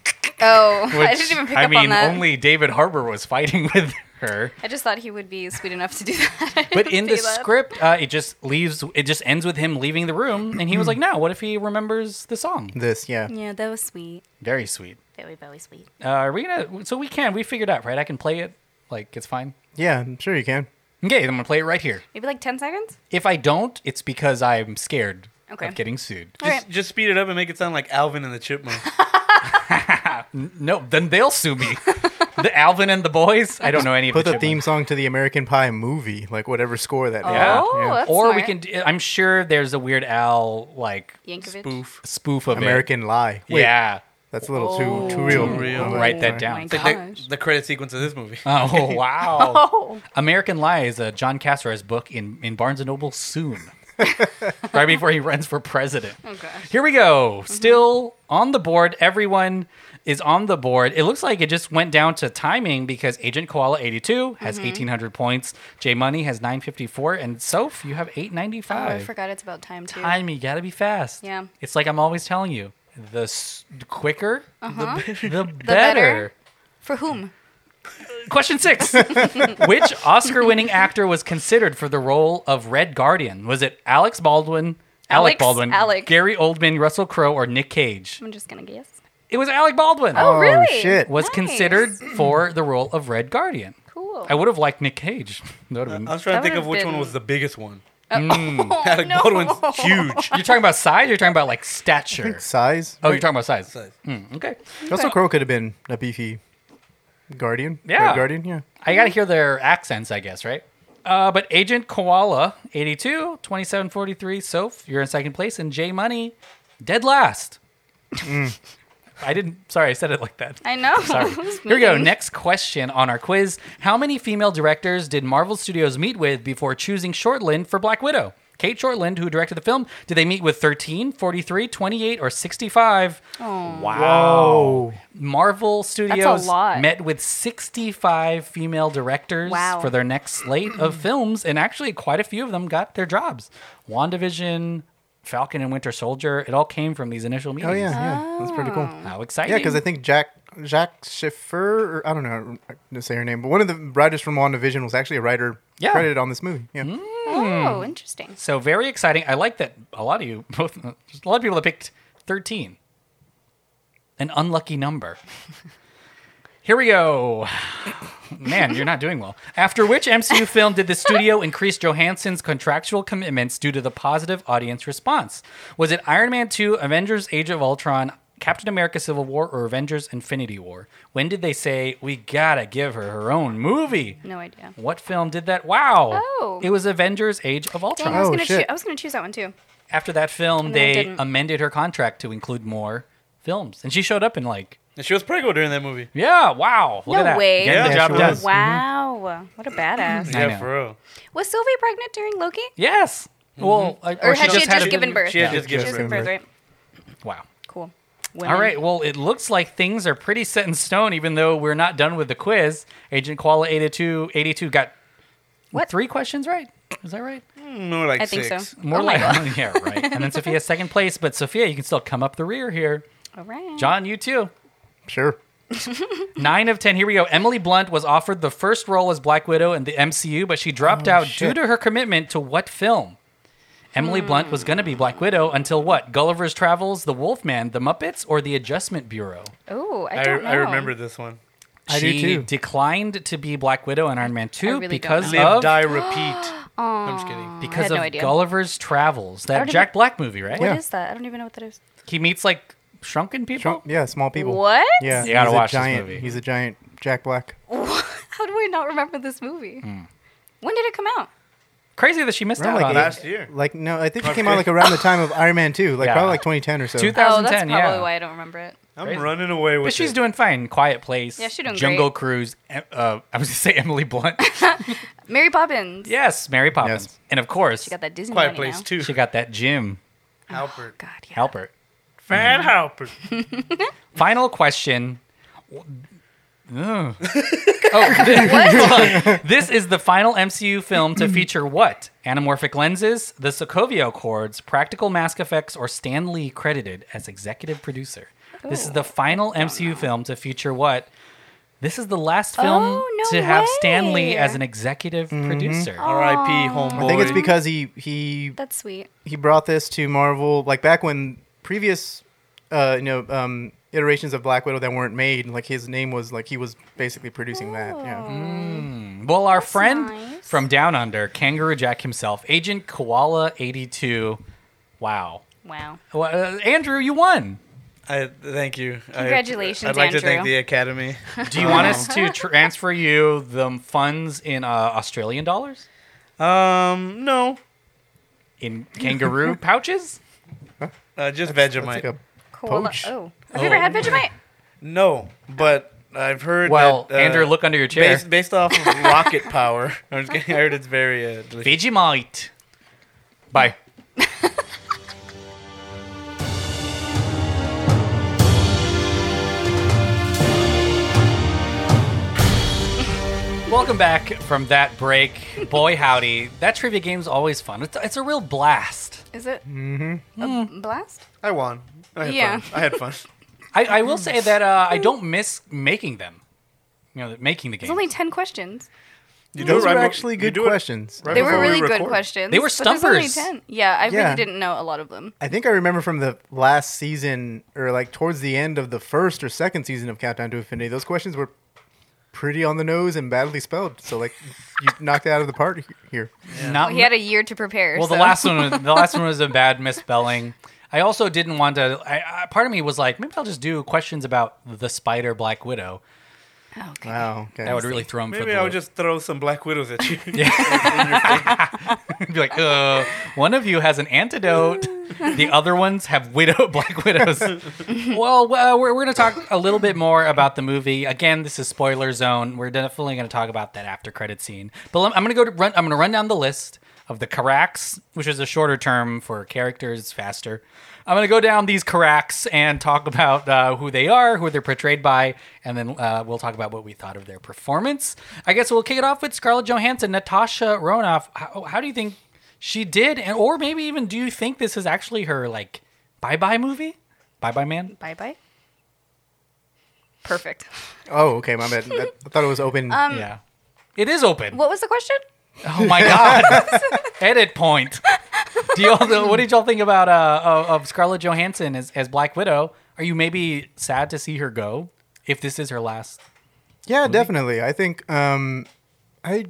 Oh,
Which,
I didn't even pick
I
up
mean,
on that.
only David Harbour was fighting with her.
I just thought he would be sweet enough to do that.
But in the
See that?
script, uh, it just leaves. It just ends with him leaving the room, and he was like, "No, what if he remembers the song?"
this, yeah.
Yeah, that was sweet.
Very sweet.
Very, very sweet.
Uh, are we gonna? So we can. We figured out, right? I can play it. Like it's fine.
Yeah, I'm sure you can.
Okay, then I'm gonna play it right here.
Maybe like 10 seconds?
If I don't, it's because I'm scared
Okay.
of getting sued.
All
Just,
right.
just speed it up and make it sound like Alvin and the Chipmunks.
No, then they'll sue me. the Alvin and the Boys. I don't know any of
Put the
the
theme
Chipmunks.
song to the American Pie movie, like whatever score that.
Yeah.
Oh,
Yeah.
that's
Or we
smart.
can. d- I'm sure there's a Weird Al like
Yankovic.
spoof spoof of it.
American Lie. Wait,
yeah.
That's a little too too real.
real.
Oh,
Write that
sorry.
down.
Oh
It's like
Gosh.
the, the credit sequence of this movie.
Oh wow!
Oh,
American Lie is a John Castor's book in in Barnes and Noble soon. right before he runs for president.
Oh gosh. Mm-hmm.
Here we go. Still on the board. Everyone is on the board. It looks like it just went down to timing because Agent Koala 82 has
Mm-hmm.
1800 points, J Money has 954, and Soph, you have
Oh, I
895.
forgot it's about time too.
Time, you gotta be fast.
Yeah.
It's like I'm always telling you the s- quicker, the, the better.
Uh-huh. better. For whom?
Question six Which Oscar winning actor was considered for the role of Red Guardian? Was it Alex Baldwin? Alec
Alex,
Baldwin,
Alec.
Gary Oldman, Russell Crowe, or Nick Cage?
I'm just gonna guess.
It was Alec Baldwin.
Oh, really?
shit.
was
Nice.
considered for the role of Red Guardian.
Cool.
I would have liked Nick Cage. That would've been-
I was trying
That
to think of
would've
which one
been-
was the biggest one.
Oh,
Alec
no.
Baldwin's huge.
you're talking about size. Or you're talking about like stature.
Size.
Oh, you're talking about size.
Size.
Hmm, okay.
Russell Crowe could have been a beefy guardian.
Yeah.
Red guardian. Yeah.
I got to hear their accents, I guess, right? Uh, but Agent Koala, 82, 2743, Soph, you're in second place, and J Money, dead last. I didn't, sorry, I said it like that.
I know.
Sorry.
It was
Here we go.
moving.
Next question on our quiz. How many female directors did Marvel Studios meet with before choosing Shortland for Black Widow? Kate Shortland, who directed the film, did they meet with 13, 43, 28, or 65?
Oh.
Wow. Marvel Studios
lot.
met with 65 female directors
Wow.
for their next slate of films, and actually, quite a few of them got their jobs. WandaVision, Falcon and Winter Soldier, it all came from these initial meetings.
Oh yeah. Yeah. That's pretty cool.
How exciting.
Yeah, because I think Jack Jacques Schiffer, or I don't know, I didn't say her name, but one of the writers from WandaVision was actually a writer
Yeah. Hmm?
credited on this movie. Yeah.
Oh, interesting.
So very exciting. I like that a lot of you both there's a lot of people that picked 13. An unlucky number. Here we go. Man, you're not doing well. After which MCU film did the studio increase Johansson's contractual commitments due to the positive audience response? Was it Iron Man 2, Avengers Age of Ultron, Captain America Civil War, or Avengers Infinity War? When did they say, we gotta give her her own movie?
No idea.
What film did that? Wow.
Oh.
It was Avengers Age of Ultron.
Dang, I was
Oh,
gonna
shit.
choose. I was gonna choose that one too.
After that film,
then I
they
didn't.
amended her contract to include more films. And she showed up in like,
And she was preggo during that movie.
yeah, wow. Look
No
at that.
way.
Getting
Yeah,
the
she
job
was.
done.
Yes.
Wow, what a badass!
I
yeah,
know.
for real.
Mm-hmm.
Was Sylvie pregnant during Loki?
Yes. Well, I-
Mm-hmm. Or, had she
just
just,
a-
given birth?
She had
Yeah.
just given
She was
birth.
birth, right?
Wow.
Cool.
All right. Well, it looks like things are pretty set in stone, even though we're not done with the quiz. Agent Koala 82, 82 got
What?
three questions right. Is that right?
More like
I think
six.
so.
More
oh
like,
my God.
yeah, right. And then Sophia's second place. But Sophia, you can still come up the rear here.
All right.
John, you too.
Sure.
Nine of ten. Here we go. Emily Blunt was offered the first role as Black Widow in the MCU, but she dropped out
Oh, shit.
due to her commitment to what film? Emily Blunt was going to be Black Widow until what? Gulliver's Travels, The Wolfman, The Muppets, or The Adjustment Bureau?
Oh, I
I,
don't know.
I remember this one.
I do
she
too.
declined to be Black Widow in Iron Man 2
really don't
because
Live,
of,
die, repeat. I'm just kidding.
because
had no
of
idea.
Gulliver's Travels, that
already-
Jack Black movie, right?
What
Yeah.
is that? I don't even know what that is.
He meets like shrunken people.
Trump, yeah, small people.
What?
Yeah.
You gotta
he's a
watch this
giant,
movie.
He's a giant Jack Black.
How do I not remember this movie?
Hmm.
When did it come out?
Crazy that she missed out
Around
on
like
that.
Last year.
Like no, I think it came out like around the time of Iron Man 2, like
Yeah.
probably like 2010 or so.
2010,
Oh, that's probably
yeah.
why I don't remember it.
I'm
Crazy.
running away with
But she's
it.
doing fine. Quiet Place.
Yeah, she's doing
Jungle
great.
Cruise. em- Uh, I was going to say Emily Blunt.
Mary Poppins.
yes, Mary Poppins.
Yes.
And of course,
She got that Disney
Quiet
money
Place
now.
too.
she got that Jim
Halpert.
Oh, God, yeah.
Halpert.
Fat Halpert.
Final question. Ugh. oh, hold on. this is the final MCU film to feature what? Anamorphic lenses, the Sokovia Accords, practical mask effects, or Stan Lee credited as executive producer. This is the
Oh.
final MCU film to feature what? This is the last film
Oh, no
to have Stan
way. Oh,
Lee as an executive producer.
R.I.P.
I
Homeboy.
think it's because he he
That's sweet.
he brought this to Marvel like back when previous uh you know um iterations of Black Widow that weren't made, like his name was like he was basically producing that.
Oh.
Yeah.
Mm.
Well, our friend
nice.
from Down Under, Kangaroo Jack himself, Agent Koala 82. Wow.
Wow.
Well, uh, Andrew, you won.
I, thank you. I-
Congratulations,
I'd like to thank
Andrew.
the Academy.
Do you want us to transfer you the funds in uh, Australian dollars?
Um, no.
In kangaroo pouches?
Uh, just Vegemite.
It's like a
Koala.
Poach.
Oh. Have you ever had Vegemite?
No, but I've heard.
Well,
that, uh,
Andrew, look under your chair.
Based, based off of rocket power. I'm just kidding. I heard it's very uh, delicious.
Vegemite. Bye. Welcome back from that break. Boy, howdy. That trivia game's always fun. It's, it's a real blast.
Is it
Mm.
a blast?
I won. I had
Yeah.
fun. I had fun.
I, I will say that uh, I don't miss making them. You know, making the
It's
game.
only ten questions.
You
Those
do it right
were
bef-
actually
you
good
do it
questions.
right
They
before
were
we
really good
record.
questions.
They were
but there's only
stumpers.
10. Yeah, I
Yeah.
really didn't know a lot of them.
I think I remember from the last season, or like towards the end of the first or second season of Countdown to Infinity, those questions were pretty on the nose and badly spelled. So like, you knocked it out of the park here.
Not
He had a year to prepare.
Um, Well, the
so-
last one, was- the last one was a bad misspelling. I also didn't want to. I, I, part of me was like, maybe I'll just do questions about the spider Black Widow.
Oh, okay.
Wow, okay.
That would really throw him. for
Maybe
the
I
loop.
would just throw some Black Widows at you.
be like, uh, one of you has an antidote. The other ones have widow black widows. well, well, we're, we're going to talk a little bit more about the movie. Again, this is spoiler zone. We're definitely going to talk about that after credit scene. But lem- I'm going to go to run. I'm going to run down the list of the Karaks, which is a shorter term for characters faster. I'm going to go down these Karaks and talk about uh, who they are, who they're portrayed by, and then uh, we'll talk about what we thought of their performance. I guess we'll kick it off with Scarlett Johansson, Natasha Ronoff. How, how do you think she did? And, or maybe even do you think this is actually her, like, bye bye movie? Bye bye man?
Bye bye. Perfect.
Oh, okay, my bad. That, I thought it was open.
yeah. It is open.
What was the question?
oh my God. Edit point. Do y'all, what did y'all think about uh, of, of Scarlett Johansson as, as Black Widow? Are you maybe sad to see her go if this is her last?
yeah, definitely. I think um, I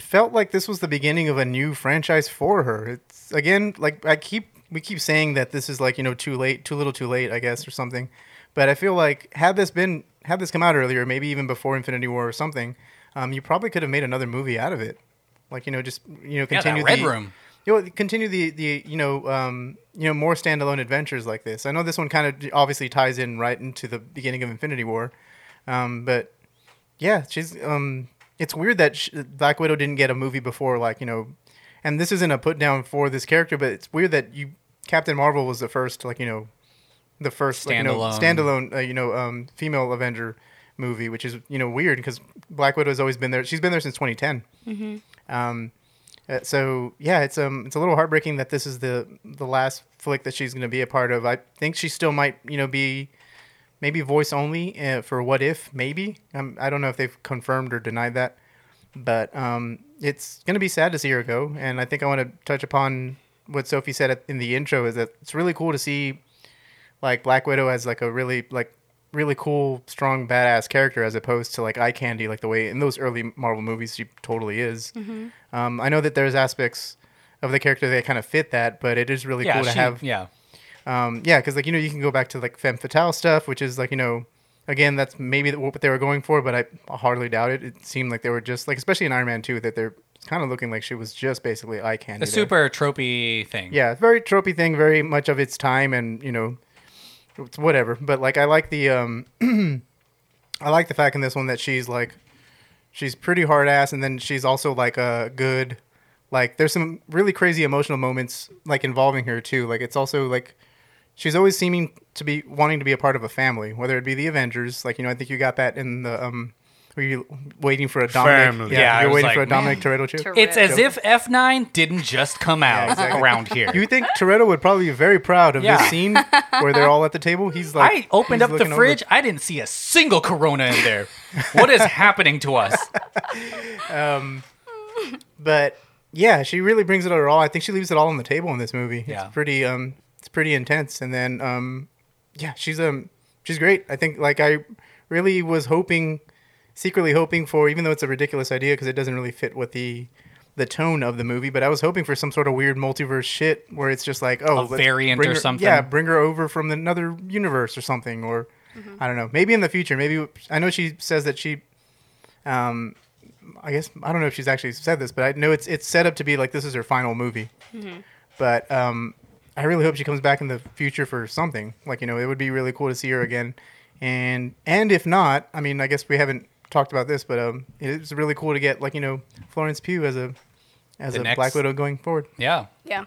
felt like this was the beginning of a new franchise for her. It's again, like I keep we keep saying that this is like you know too late, too little, too late, I guess, or something. But I feel like had this been had this come out earlier, maybe even before Infinity War or something, um, you probably could have made another movie out of it. Like you know, just you
Yeah,
know,
that
continue
Red
the,
Room.
You know, continue the the you know um, you know more standalone adventures like this. I know this one kind of obviously ties in right into the beginning of Infinity War, um, but yeah, she's. Um, it's weird that sh Black Widow didn't get a movie before, like you know, and this isn't a put down for this character, but it's weird that you Captain Marvel was the first, like you know, the first like, you know,
Standalone.
standalone, uh, you know, um, female Avenger movie, which is you know weird because Black Widow has always been there. She's been there since 2010. Um, uh, so yeah, it's um, it's a little heartbreaking that this is the the last flick that she's going to be a part of. I think she still might, you know, be maybe voice only uh, for what if maybe um, i don't know if they've confirmed or denied that but um, it's going to be sad to see her go and i think i want to touch upon what sophie said at- in the intro is that it's really cool to see like black widow as like a really like really cool strong badass character as opposed to like eye candy like the way in those early marvel movies she totally is
Mm-hmm.
um, i know that there's aspects of the character that kind of fit that but it is really
Yeah,
cool to
she-
have
yeah.
um, yeah, because like you know you can go back to like femme fatale stuff, which is like you know, again that's maybe what they were going for, but I hardly doubt it. It seemed like they were just like, especially in Iron Man two, that they're kind of looking like she was just basically eye candy.
a
there.
super tropey thing.
yeah, it's a very tropey thing, very much of its time, and you know, it's whatever. But like I like the um, I like the fact in this one that she's like, she's pretty hard ass, and then she's also like a good. Like there's some really crazy emotional moments like involving her too. Like it's also like she's always seeming to be wanting to be a part of a family, whether it be the Avengers. Like you know, I think you got that in the um, were you waiting for a Dominic?
Family.
Yeah, I
you're
was
waiting
like,
for a Dominic Toretto chip.
Ter-
It's as if F9 didn't just come out
exactly.
around here.
You would think Toretto would probably be very proud of
Yeah.
this scene where they're all at the table? He's like,
I opened
he's
up the
looking over-
fridge. I didn't see a single Corona in there. what is happening to us?
but yeah, she really brings it all. I think she leaves it all on the table in this movie.
Yeah.
It's pretty um it's pretty intense and then um yeah, she's um she's great. I think like I really was hoping secretly hoping for even though it's a ridiculous idea because it doesn't really fit with the the tone of the movie, but I was hoping for some sort of weird multiverse shit where it's just like,
A
oh, let's
variant
bring
or
her-
something.
Yeah, bring her over from another universe or something, or I don't know. Maybe in the future. Maybe I know she says that she um, I guess I don't know if she's actually said this, but I know it's it's set up to be like this is her final movie. But um, I really hope she comes back in the future for something. Like you know, it would be really cool to see her again. And and if not, I mean, I guess we haven't talked about this, but um, it's really cool to get like you know Florence Pugh as a as
The
a
next-
Black Widow going forward.
Yeah.
Yeah.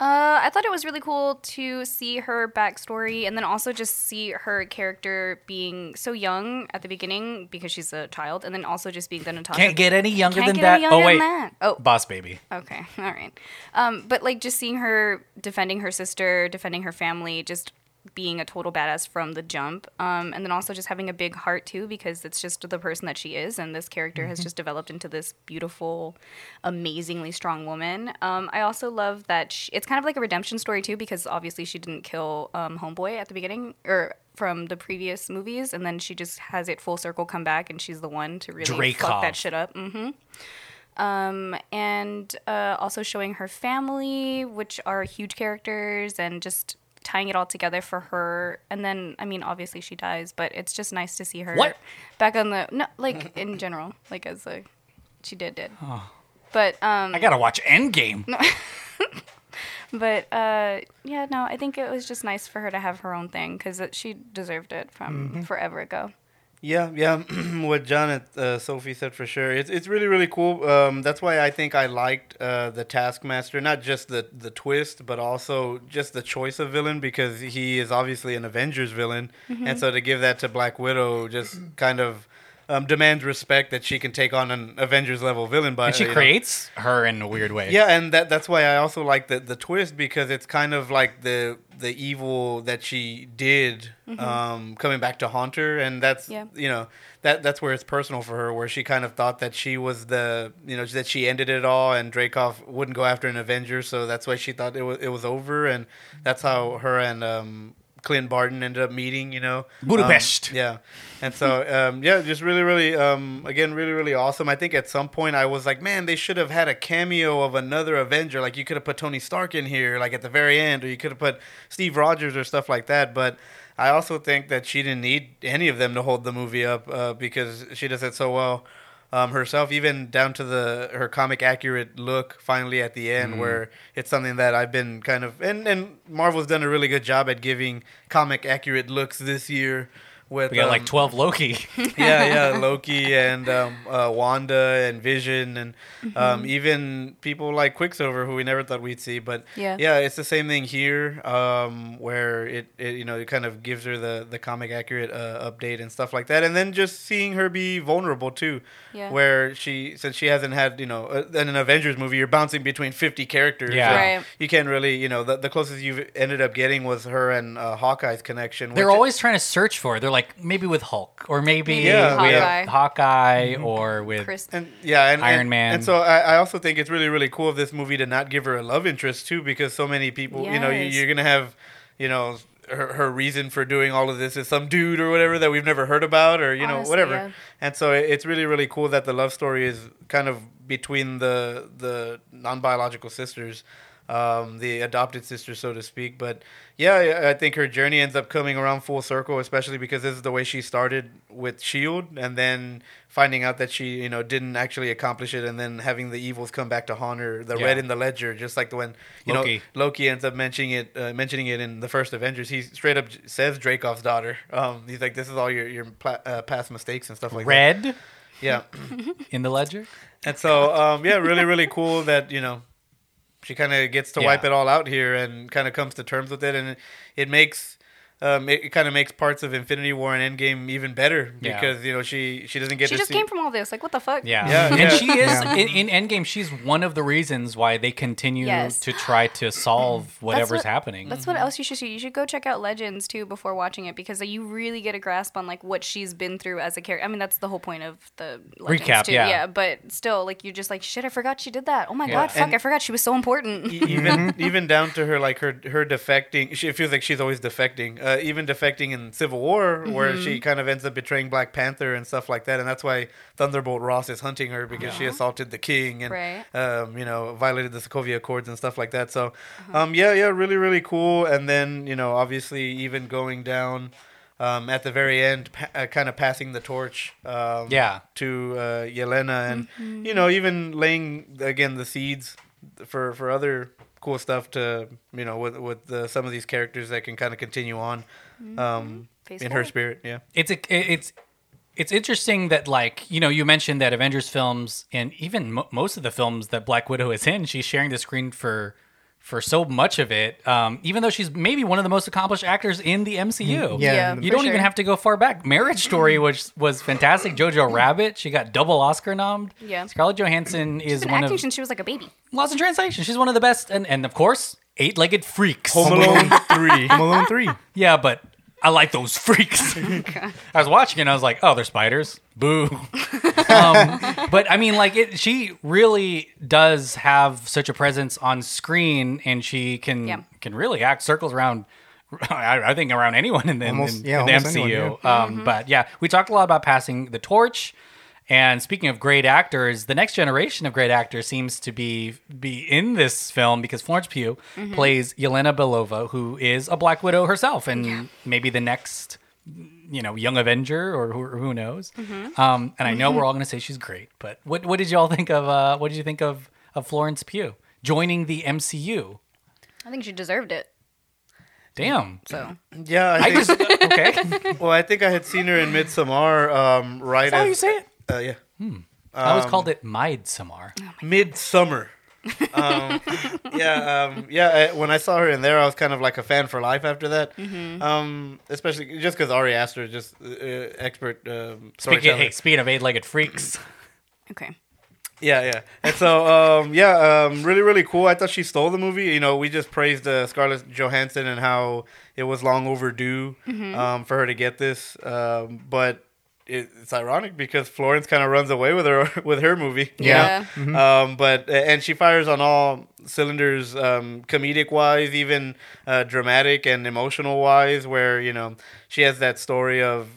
Uh, I thought it was really cool to see her backstory and then also just see her character being so young at the beginning because she's a child, and then also just being the Natasha.
Can't get any younger
Can't
than
get
that.
any younger
oh wait,
than that. Oh.
Boss Baby.
Okay, all right. Um, but like just seeing her defending her sister, defending her family, just being a total badass from the jump, um, and then also just having a big heart too because it's just the person that she is, and this character has just developed into this beautiful, amazingly strong woman. Um, I also love that she, it's kind of like a redemption story too because obviously she didn't kill um, Homeboy at the beginning or. From the previous movies, and then she just has it full circle come back, and she's the one to really fuck
Dracov.
that shit up. hmm and uh, also showing her family, which are huge characters, and just tying it all together for her. And then, I mean, obviously she dies, but it's just nice to see her
What?
back on the no, like in general, like as a she did did. But um,
I gotta watch Endgame.
but uh, yeah, no, I think it was just nice for her to have her own thing because she deserved it from
Mm-hmm.
forever ago.
Yeah, yeah. what John and uh, Sophie said for sure. It's it's really really cool. Um, that's why I think I liked uh, the Taskmaster, not just the the twist, but also just the choice of villain because he is obviously an Avengers villain,
Mm-hmm.
and so to give that to Black Widow just kind of um, demands respect that she can take on an Avengers level villain. By
and she
you know.
creates her in a weird way.
Yeah, and that that's why I also like the the twist because it's kind of like the the evil that she did um, coming back to haunt her, and that's
Yeah.
you know that that's where it's personal for her, where she kind of thought that she was the you know that she ended it all, and Dracoff wouldn't go after an Avenger, so that's why she thought it was it was over, and that's how her and um, Clint Barton ended up meeting, you know, Um,
Budapest.
yeah, and so um, yeah, just really, really, um, again, really, really awesome. I think at some point I was like, man, they should have had a cameo of another Avenger. Like you could have put Tony Stark in here, like at the very end, or you could have put Steve Rogers or stuff like that. But I also think that she didn't need any of them to hold the movie up uh, because she does it so well um, herself, even down to the her comic accurate look. Finally, at the
Mm.
end, where it's something that I've been kind of and and Marvel's done a really good job at giving comic accurate looks this year. With
We got
um,
like twelve Loki.
yeah, yeah, Loki and um, uh, Wanda and Vision and
Mm-hmm.
um, even people like Quicksilver who we never thought we'd see. But
Yeah.
it's the same thing here, um, where it, it you know it kind of gives her the the comic accurate uh, update and stuff like that, and then just seeing her be vulnerable too,
Yeah.
where she since she hasn't had you know uh, in an Avengers movie you're bouncing between fifty characters,
Yeah.
and
Right.
you can't really you know the, the closest you've ended up getting was her and uh, Hawkeye's connection.
They're
which-
always trying to search for. it. They're like maybe with Hulk or maybe
Yeah,
with Mhm.
yeah.
Hawkeye or with
Chris,
And yeah, and,
Iron
and-
Man.
And so I, I also think it's really really cool of this movie to not give her a love interest too, because so many people, you know, you,
Yes.
you're gonna have, you know, her, her reason for doing all of this is some dude or whatever that we've never heard about or you know
Honestly,
whatever.
yeah.
And so it- it's really really cool that the love story is kind of between the the non biological sisters. Um, the adopted sister, so to speak, but yeah, I- I think her journey ends up coming around full circle, especially because this is the way she started with Shield, E and then finding out that she, you know, didn't actually accomplish it, and then having the evils come back to haunt her, the
Yeah.
red in the ledger, just like the when you
Loki.
know Loki ends up mentioning it, uh, mentioning it in the first Avengers. He straight up j- says Dracov's daughter. Um, he's like, "This is all your your pla- uh, past mistakes and stuff like
Red
that." Yeah,
in the ledger.
and so um, yeah, really, really cool that you know she kind of gets to
Yeah.
wipe it all out here and kind of comes to terms with it, and it, it makes. Um, it kind of makes parts of Infinity War and Endgame even better
Yeah.
because you know she she doesn't get
she
to
just
see
came from all this. Like, what the fuck?
Yeah.
Yeah,
and
yeah.
she is in, in Endgame. She's one of the reasons why they continue
Yes.
to try to solve whatever's
what-
happening.
That's what else you should see. You should go check out Legends too before watching it because you really get a grasp on like what she's been through as a character. I mean, that's the whole point of the Legends
Recap,
too.
yeah.
But still, like you're just like, shit, I forgot she did that. Oh my
Yeah.
god, fuck,
And-
I forgot she was so important.
E- even even down to her like her her defecting she it feels like she's always defecting uh, even defecting in civil war where she kind of ends up betraying black panther and stuff like that and that's why thunderbolt ross is hunting her because she assaulted the king and
Right.
um, you know violated the sokovia accords and stuff like that so um, yeah yeah really really cool and then you know obviously even going down um, at the very end, pa- uh, kind of passing the torch. Um,
Yeah.
to uh, Yelena, and you know, even laying again the seeds for for other cool stuff to you know with with the, some of these characters that can kind of continue on um,
Phase
in her
forward.
spirit. Yeah,
it's a, it's it's interesting that like you know you mentioned that Avengers films and even mo most of the films that Black Widow is in, she's sharing the screen for for so much of it, um, even though she's maybe one of the most accomplished actors in the MCU.
Yeah.
Mm, Yeah,
You
for
don't even
sure.
have to go far back. Marriage Story, which was fantastic. Jojo Rabbit, she got double Oscar nommed.
Mm. Yeah.
Scarlett Johansson is
She's been
one
acting
of
since she was like a baby.
Lost in Translation. She's one of the best, and and of course, Eight Legged Freaks.
Home Alone
three.
Home Alone three.
Yeah, but I like those freaks. I was watching it and I was like, oh, they're spiders. Boo. um, but I mean, like, it, she really does have such a presence on screen and she can
Yeah.
can really act circles around. I, I think around anyone in the, in-
Almost-
in,
yeah,
in the
almost
MCU.
anyone,
Um, But yeah, we talked a lot about passing the torch. And speaking of great actors, the next generation of great actors seems to be be in this film because Florence Pugh plays Yelena Belova, who is a Black Widow herself, and maybe the next, you know, Young Avenger or who, who knows. Um, and I know we're all going to say she's great, but what what did you all think of uh, what did you think of of Florence Pugh joining the MCU?
I think she deserved it.
Damn.
So
Yeah, I
I
think,
just okay.
well, I think I had seen her in Midsommar. Um, right.
How
as,
you say it?
Uh, yeah.
I always called it Midsommar.
Oh.
Midsummer. um, yeah, um, yeah. I, when I saw her in there, I was kind of like a fan for life after that. Um, especially just because Ari Aster is just uh, expert um,
Speaking,
storyteller.
hey, speaking of eight-legged freaks,
okay.
Yeah, yeah. And so, um, yeah, um, really, really cool. I thought she stole the movie. You know, we just praised uh, Scarlett Johansson and how it was long overdue um, for her to get this. Um, but it, it's ironic because Florence kind of runs away with her with her movie.
Yeah. Mm-hmm.
Um, but and she fires on all cylinders, um, comedic wise, even uh, dramatic and emotional wise. Where you know she has that story of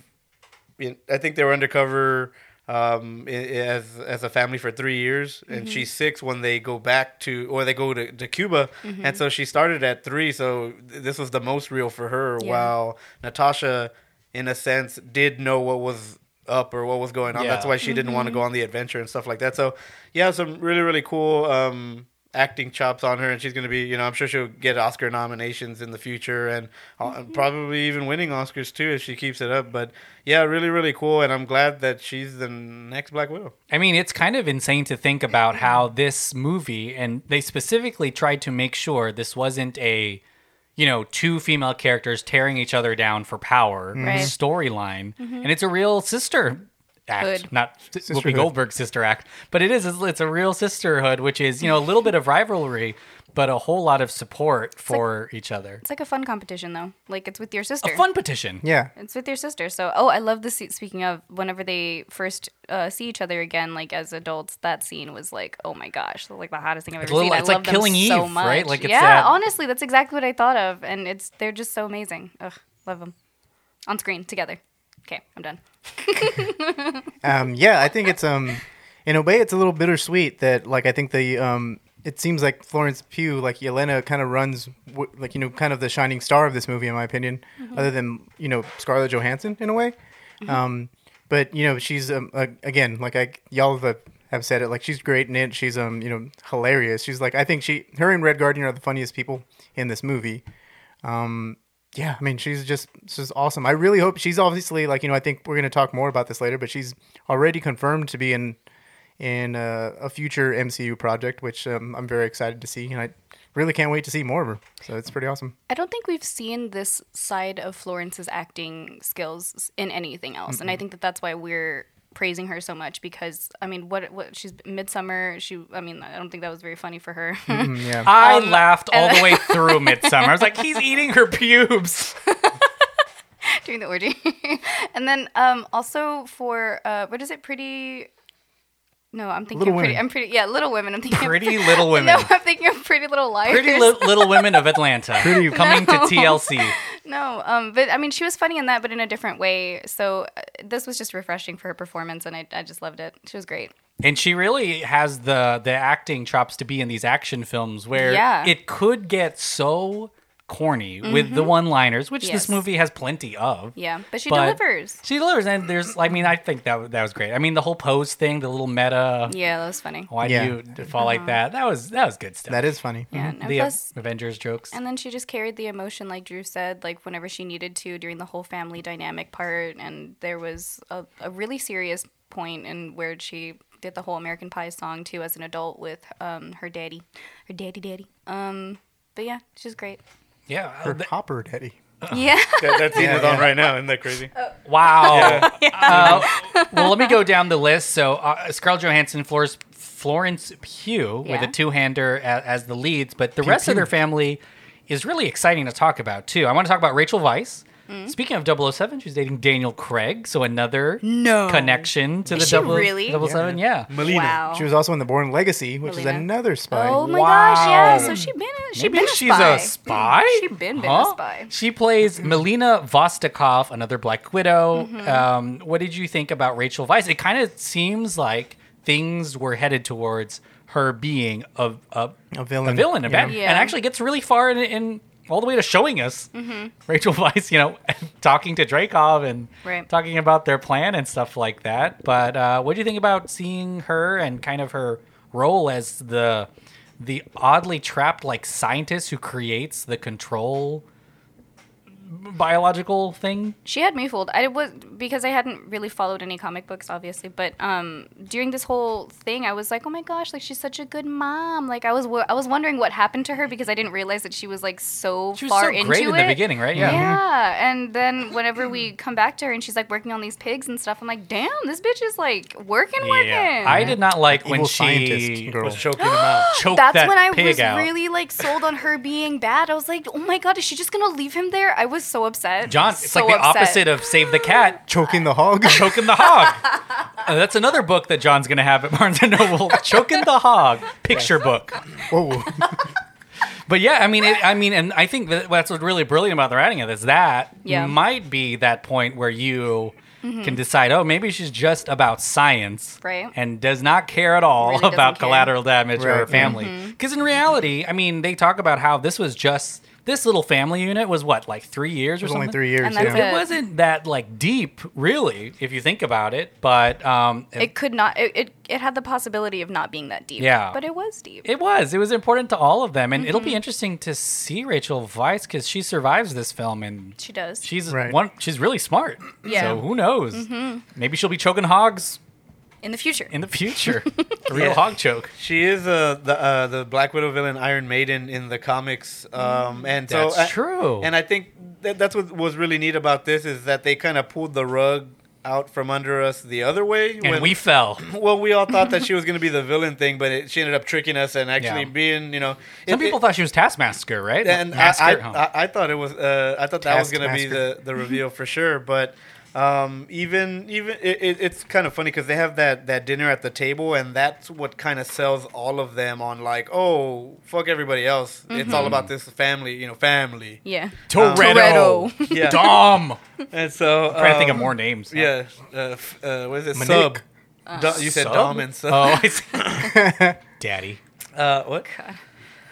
in- I think they were undercover um, i- as as a family for three years, and she's six when they go back to or they go to, to Cuba, and so she started at three. So th- this was the most real for her.
Yeah.
While Natasha, in a sense, did know what was up or what was going on. Oh, That's
Yeah.
why she didn't want to go on the adventure and stuff like that. So yeah, some really really cool. Um, acting chops on her and she's going to be you know i'm sure she'll get oscar nominations in the future and uh, probably even winning oscars too if she keeps it up but yeah really really cool and i'm glad that she's the next black widow
I mean, it's kind of insane to think about how this movie, and they specifically tried to make sure this wasn't a, you know, two female characters tearing each other down for power
Mm-hmm. Right. Mm-hmm.
storyline. And it's a real sister act,
Hood.
not Whoopi Goldberg's sister act, but it is, it's it's a real sisterhood, which is, you know, a little bit of rivalry, but a whole lot of support for each other.
It's like a fun competition though. Like it's with your sister.
A fun petition.
Yeah.
It's with your sister. So, oh, I love the scene. Speaking of, whenever they first uh, see each other again, like as adults, that scene was like, oh my gosh, like the hottest thing I've ever
little-
seen. I
it's
love
like
them
Killing
so
Eve,
much.
right? Like, it's
yeah,
that-
honestly, that's exactly what I thought of, and it's they're just so amazing. Ugh, love them on screen together. Okay, I'm done.
um, yeah, I think it's um, in a way it's a little bittersweet that like I think the um, it seems like Florence Pugh, like Yelena, kind of runs w- like you know kind of the shining star of this movie in my opinion, other than you know Scarlett Johansson in a way. Um, but you know she's um, a, again like I y'all have, have said it like she's great in it. She's um you know hilarious. She's like I think she her and Red Guardian are the funniest people in this movie yeah, I mean, she's just she's awesome. I really hope she's obviously like you know I think we're gonna talk more about this later, but she's already confirmed to be in in uh, a future MCU project, which um, I'm very excited to see, and I really can't wait to see more of her. So it's pretty awesome.
I don't think we've seen this side of Florence's acting skills in anything else, and I think that that's why we're praising her so much because I mean, what what she's Midsummer. She, I mean, I don't think that was very funny for her.
Yeah,
I laughed all the way through Midsummer. I was like, he's eating her pubes.
during the orgy. and then um, also for uh, what is it? Pretty. No, I'm thinking
Little
of pretty.
Women.
I'm pretty. Yeah, Little Women. I'm thinking. of-
Pretty Little Women.
No, I'm thinking of Pretty Little Liars.
Pretty li- Little Women of Atlanta coming to TLC.
No, um, but I mean, she was funny in that, but in a different way. So uh, this was just refreshing for her performance, and I, I just loved it. She was great.
And she really has the the acting chops to be in these action films where
Yeah.
it could get so corny with the one-liners, which this
Mm-hmm. Yes.
movie has plenty of.
Yeah, but she
But-
delivers.
She delivers, and there's, I mean, I think that that was great. I mean, the whole pose thing, the little meta,
Yeah, that was funny.
why
Yeah.
do you fall like that? That was that was good stuff.
that is funny.
Yeah, no,
the uh,
plus,
Avengers jokes.
and then she just carried the emotion, like Drew said, like whenever she needed to during the whole family dynamic part. And there was a, a really serious point in where she did the whole American Pie song too as an adult with um, her daddy, her daddy, daddy. Um, But yeah, she's great.
Yeah. uh,
Her
th-
popper daddy.
Uh-huh.
Yeah.
That, that scene
Yeah,
is on
yeah.
right now. Isn't that crazy?
Wow. Uh, well, let me go down the list. So uh, Scarlett Johansson, Florence, Florence Pugh with
Yeah.
a two-hander as, as the leads, but the rest of their family is really exciting to talk about too. I want to talk about Rachel Weisz.
Mm-hmm.
Speaking of 007, she's dating Daniel Craig, so another
No.
connection to the
she
double,
really?
007. Yeah.
Melina.
Wow.
She was also in The Born Legacy, which is
Melina.
another spy.
oh my
Wow.
gosh, yeah. So she been a, she
Maybe
been a
she's
spy.
a spy.
She been been a spy.
She plays Melina Vostokov, another Black Widow.
Mm-hmm.
Um, what did you think about Rachel Weisz? It kind of seems like things were headed towards her being a a,
A villain.
a villain, a
yeah.
bad,
Yeah.
and actually gets really far in, in all the way to showing us
Mm-hmm.
Rachel Weisz, you know, talking to Dracov and
Right.
talking about their plan and stuff like that. But uh, what do you think about seeing her and kind of her role as the the oddly trapped like scientist who creates the control biological thing?
She had me fooled. I was because I hadn't really followed any comic books, obviously. But um, during this whole thing, I was like, "Oh my gosh! Like she's such a good mom." Like I was, wo- I was wondering what happened to her because I didn't realize that she was like so
She was
far
so
into
great
it.
in the beginning, right?
Yeah. and then whenever we come back to her and she's like working on these pigs and stuff, I'm like, "Damn, this bitch is like working, working."
I did not like when
Evil
she
scientist girl.
was choking him out. Choked
That's
that
when I
pig
was
out.
really like sold on her being bad. I was like, "Oh my god, is she just gonna leave him there?" I was so upset.
John, it's
So
like the
upset.
opposite of Save the Cat.
Choking the hog.
Choking the Hog. Uh, that's another book that John's going to have at Barnes and Noble. Choking the Hog, picture book.
Whoa.
But yeah, I mean, it, I mean, and I think that that's what's really brilliant about the writing of this. That
Yeah. Mm-hmm.
might be that point where you can decide, oh, maybe she's just about science,
Right.
And does not care at all
Really doesn't
about
care. Mm-hmm.
collateral damage or her
Right.
family. Because in reality, I mean, they talk about how this was just this little family unit was what like three years
It was
or something.
only three years.
And that's
yeah.
It
But-
wasn't that like deep, really, if you think about it. But um,
It could not. It, it it had the possibility of not being that deep.
Yeah.
but it was deep.
It was. It was important to all of them, and
Mm-hmm.
it'll be interesting to see Rachel Weisz because she survives this film, and
she does.
she's
Right.
one. She's really smart.
Yeah.
So
Mm-hmm.
who knows? Maybe she'll be choking hogs
in the future.
in the future. A real hog choke.
She is uh, the uh, the Black Widow villain Iron Maiden in the comics, um, and so
Mm, That's
I-
true.
And I think that, that's what was really neat about this is that they kind of pulled the rug out from under us the other way.
And we fell.
well, we all thought that she was going to be the villain thing, but it, she ended up tricking us and actually
Yeah.
being, you know,
Some
it-
people
it-
thought she was Taskmaster, right?
and I,
Masker
I,
at home.
I, I thought it was uh, I thought that was gonna be
Taskmaster.
the, the reveal for sure, but um, even even it, it, it's kind of funny because they have that, that dinner at the table and that's what kind of sells all of them on like oh fuck everybody else it's
Mm-hmm.
all about this family you know family
yeah.
Toretto.
Toretto.
yeah
Dom. I'm
and so
trying to think of
um,
more names. now.
yeah uh, f- uh, what is it
Monique.
sub Du- you said
Sub?
Dom and sub
Oh, I see. Daddy.
uh, what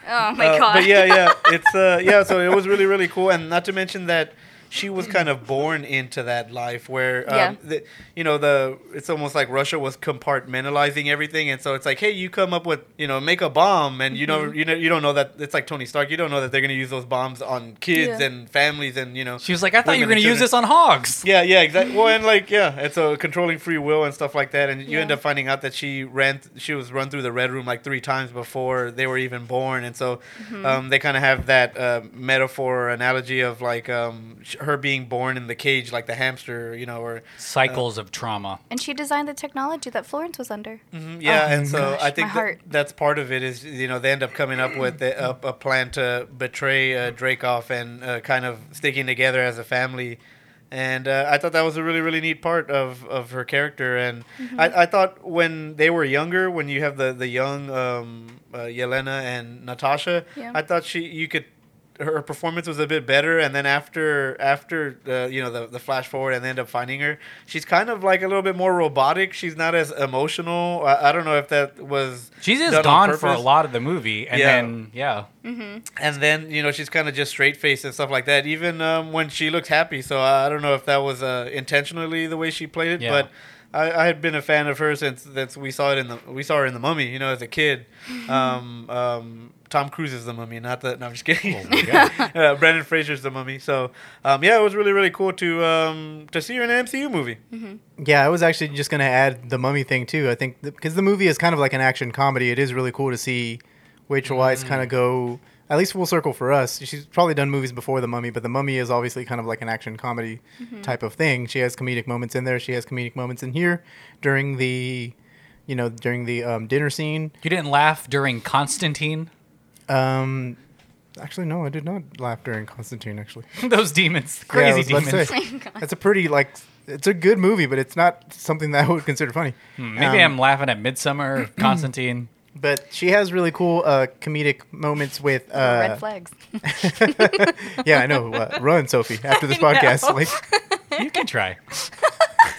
Oh my
Uh,
god.
but yeah, yeah, it's uh, yeah. So it was really, really cool, and not to mention that she was kind of born into that life where, um,
Yeah.
the, you know, the it's almost like Russia was compartmentalizing everything, and so it's like, hey, you come up with, you know, make a bomb, and you
Mm-hmm.
know, you know, you don't know that it's like Tony Stark, you don't know that they're gonna use those bombs on kids
Yeah.
and families, and you know,
She was like, I thought you were
women
going
and
to use
children."
this on hogs.
Yeah, yeah, exactly. Well, and like, yeah, it's a controlling free will and stuff like that. And you
Yeah.
end up finding out that she ran, she was run through the red room like three times before they were even born. And so,
Mm-hmm.
um, they kind of have that uh, metaphor or analogy of like um, sh- her being born in the cage, like the hamster, you know, or
Cycles of trauma.
and she designed the technology that Florence was under.
Mm-hmm.
yeah. and so I think that,
Oh my heart.
that's part of it is you know they end up coming up with a, a, a plan to betray uh, Dracoff and uh, kind of sticking together as a family. And uh, I thought that was a really, really neat part of, of her character. And I, I thought when they were younger, when you have the the young um, uh, Yelena and Natasha,
Yeah.
I thought she you could her performance was a bit better. And then after after uh, you know the, the flash forward and they end up finding her, she's kind of like a little bit more robotic. She's not as emotional. I, I don't know if that was
She is
done on
gone for a
purpose.
lot of the movie, and
Yeah.
then yeah,
And then you know she's kind of just straight faced and stuff like that. Even um, when she looked happy, so I, I don't know if that was uh, intentionally the way she played it,
Yeah.
but. I, I had been a fan of her since that's we saw it in the we saw her in the Mummy, you know, as a kid. Um, um, Tom Cruise is the Mummy, not the. No, I'm just kidding.
Oh
uh, Brandon Fraser's the Mummy. So um, yeah, it was really really cool to um, to see her in an MCU movie.
Yeah, I was actually just going to add the mummy thing too. I think because the movie is kind of like an action comedy, it is really cool to see Rachel Weisz kind
Mm.
of go at least full circle for us. She's probably done movies before The Mummy, but The Mummy is obviously kind of like an action comedy type of thing. She has comedic moments in there. She has comedic moments in here during the, you know, during the um, dinner scene.
You didn't laugh during Constantine?
Um, actually, no, I did not laugh during Constantine. Actually,
Those demons.
Yeah, I
Crazy
was about to
demons.
say, That's a pretty like it's a good movie, but it's not something that I would consider funny.
Hmm,
Um,
Maybe I'm laughing at Midsummer, Constantine.
But she has really cool uh, comedic moments with uh,
Red flags.
yeah, I know. Uh, run, Sophie, after this podcast. Like,
You can try.
do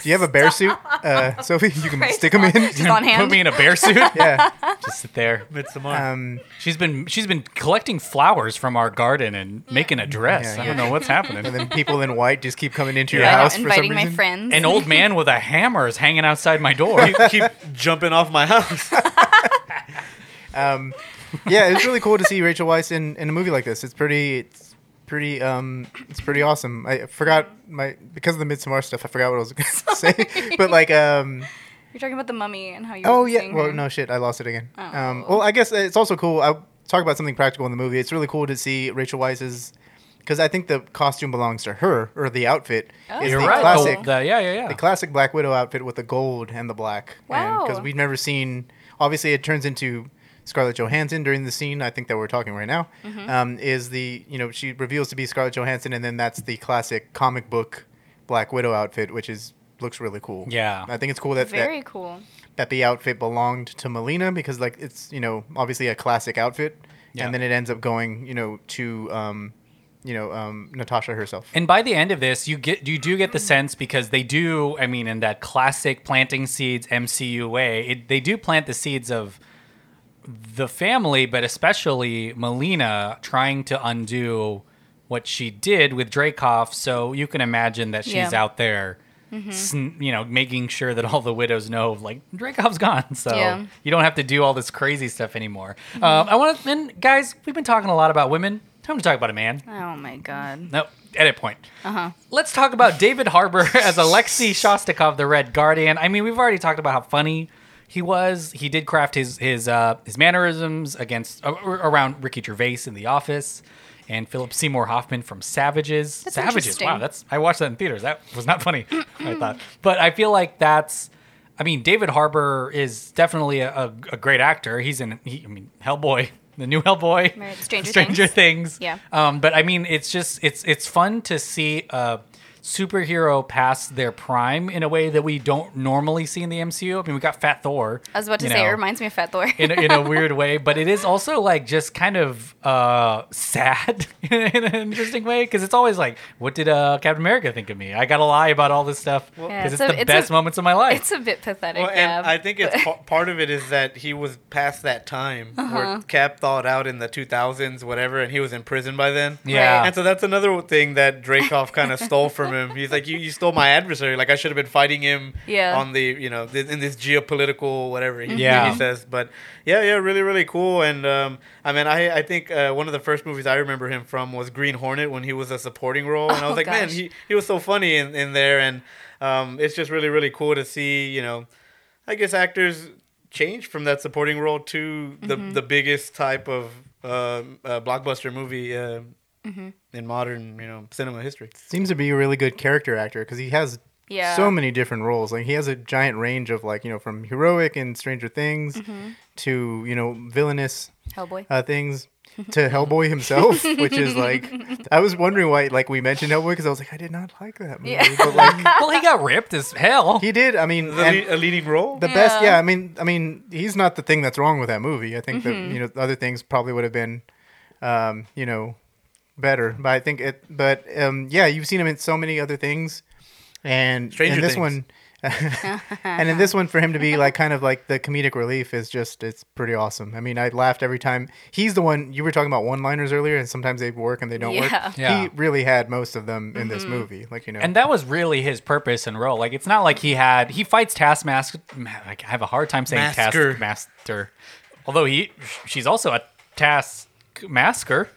you have a bear suit, uh, Sophie? You can stick them in.
Just on hand.
Put me in a bear suit.
yeah.
Just sit there.
Midsommar.
Um,
She's been she's been collecting flowers from our garden and making a dress.
Yeah,
I don't know what's happening.
then people in white just keep coming into your
I know,
house for some
inviting
reason.
my friends.
An old man with a hammer is hanging outside my door.
keep jumping off my house.
yeah, it's really cool to see Rachel Weisz in, in a movie like this. It's pretty. It's pretty. Um, it's pretty awesome. I forgot my because of the Midsommar stuff. I forgot what I was going to say. But like, um,
You're talking about the mummy and how you.
oh
were
yeah.
seeing
Well,
her.
no shit. I lost it again.
Oh.
Um, well, I guess it's also cool. I talk about something practical in the movie. It's really cool to see Rachel Weisz's because I think the costume belongs to her or the outfit.
Oh.
is
You're
the
right.
Classic.
The- the- yeah, yeah, yeah.
the classic Black Widow outfit with the gold and the black. Because
Wow.
we've never seen. Obviously, it turns into Scarlett Johansson during the scene. I think that we're talking right now.
Mm-hmm.
Um, is the you know she reveals to be Scarlett Johansson, and then that's the classic comic book Black Widow outfit, which is looks really cool.
Yeah.
I think it's cool that
Very
that,
cool.
that the outfit belonged to Melina because like it's you know obviously a classic outfit,
Yeah.
and then it ends up going you know to um, you know um, Natasha herself.
And by the end of this, you get you do get the sense because they do. I mean, in that classic planting seeds MCU way, it, they do plant the seeds of the family, but especially Melina trying to undo what she did with Dracoff. So you can imagine that she's
Yeah. Mm-hmm.
out there, sn- you know, making sure that all the widows know, like Dracoff's gone. So
Yeah.
you don't have to do all this crazy stuff anymore. Um, I want to, and guys, we've been talking a lot about women. Time to talk about a man.
Oh my god.
No, edit point. Uh-huh. Let's talk about David Harbour as Alexei Shostakov, the Red Guardian. I mean, we've already talked about how funny he was. He did craft his his uh, his mannerisms against uh, around Ricky Gervais in The Office. And Philip Seymour Hoffman from Savages.
That's
Savages.
interesting.
Wow, that's I watched that in theaters. That was not funny. I thought, but I feel like that's. I mean, David Harbour is definitely a, a, a great actor. He's in. He, I mean, Hellboy, the new Hellboy,
Right, Stranger
Stranger
Things.
things.
Yeah.
Um, but I mean, it's just it's it's fun to see a superhero pass their prime in a way that we don't normally see in the MCU. I mean, we got Fat Thor.
I was about to
you
say it
know,
reminds me of Fat Thor.
in a, in a weird way, but it is also like just kind of uh, sad in an interesting way because it's always like, what did uh, Captain America think of me? I got to lie about all this stuff because
Yeah,
it's,
so
the
it's
best
a-
moments of my life.
it's a bit pathetic.
Well,
yeah.
and I think it's pa- part of it is that he was past that time where Cap thawed out in the 2000s, whatever, and he was in prison by then.
yeah.
And so that's another thing that Dracoff kind of stole from him. He's like, you, you stole my adversary. Like I should have been fighting him
Yeah.
on the, you know, th- in this geopolitical whatever he,
Yeah.
he says. But yeah, yeah, really, really cool. And um, I mean, I, I think uh, one of the first movies I remember him from was Green Hornet when he was a supporting role. And I
Oh,
was like, man,
gosh.
he, he was so funny in, in there. And um, it's just really, really cool to see, you know, I guess actors change from that supporting role to the
Mm-hmm.
the biggest type of uh, uh, blockbuster movie uh,
Mm-hmm.
in modern you know cinema history.
seems to be a really good character actor because he has
Yeah.
so many different roles. Like he has a giant range of like you know from heroic in Stranger Things
Mm-hmm.
to you know villainous
Hellboy.
uh, things to Hellboy himself, which is like I was wondering why like we mentioned Hellboy because I was like I did not like that movie,
Yeah.
but like
well, he got ripped as hell.
he did. I mean,
The
and-
lea- a leading role.
the best
Yeah.
yeah i mean i mean he's not the thing that's wrong with that movie i think
Mm-hmm.
that you know other things probably would have been um you know better but i think it but um yeah you've seen him in so many other things and
Stranger
in this
Things.
one and in this one for him to be like kind of like the comedic relief is just it's pretty awesome i mean i laughed every time he's the one you were talking about one liners earlier and sometimes they work and they don't
Yeah. Mm-hmm.
work
Yeah.
he really had most of them in this movie like you know
And that was really his purpose and role. Like, it's not like he had he fights Taskmaster. I have a hard time saying
Masker.
Taskmaster, although he she's also a Taskmasker.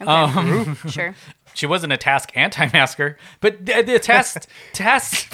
Uh-huh.
Sure.
She wasn't a Task anti-masker, but the, the Task Task.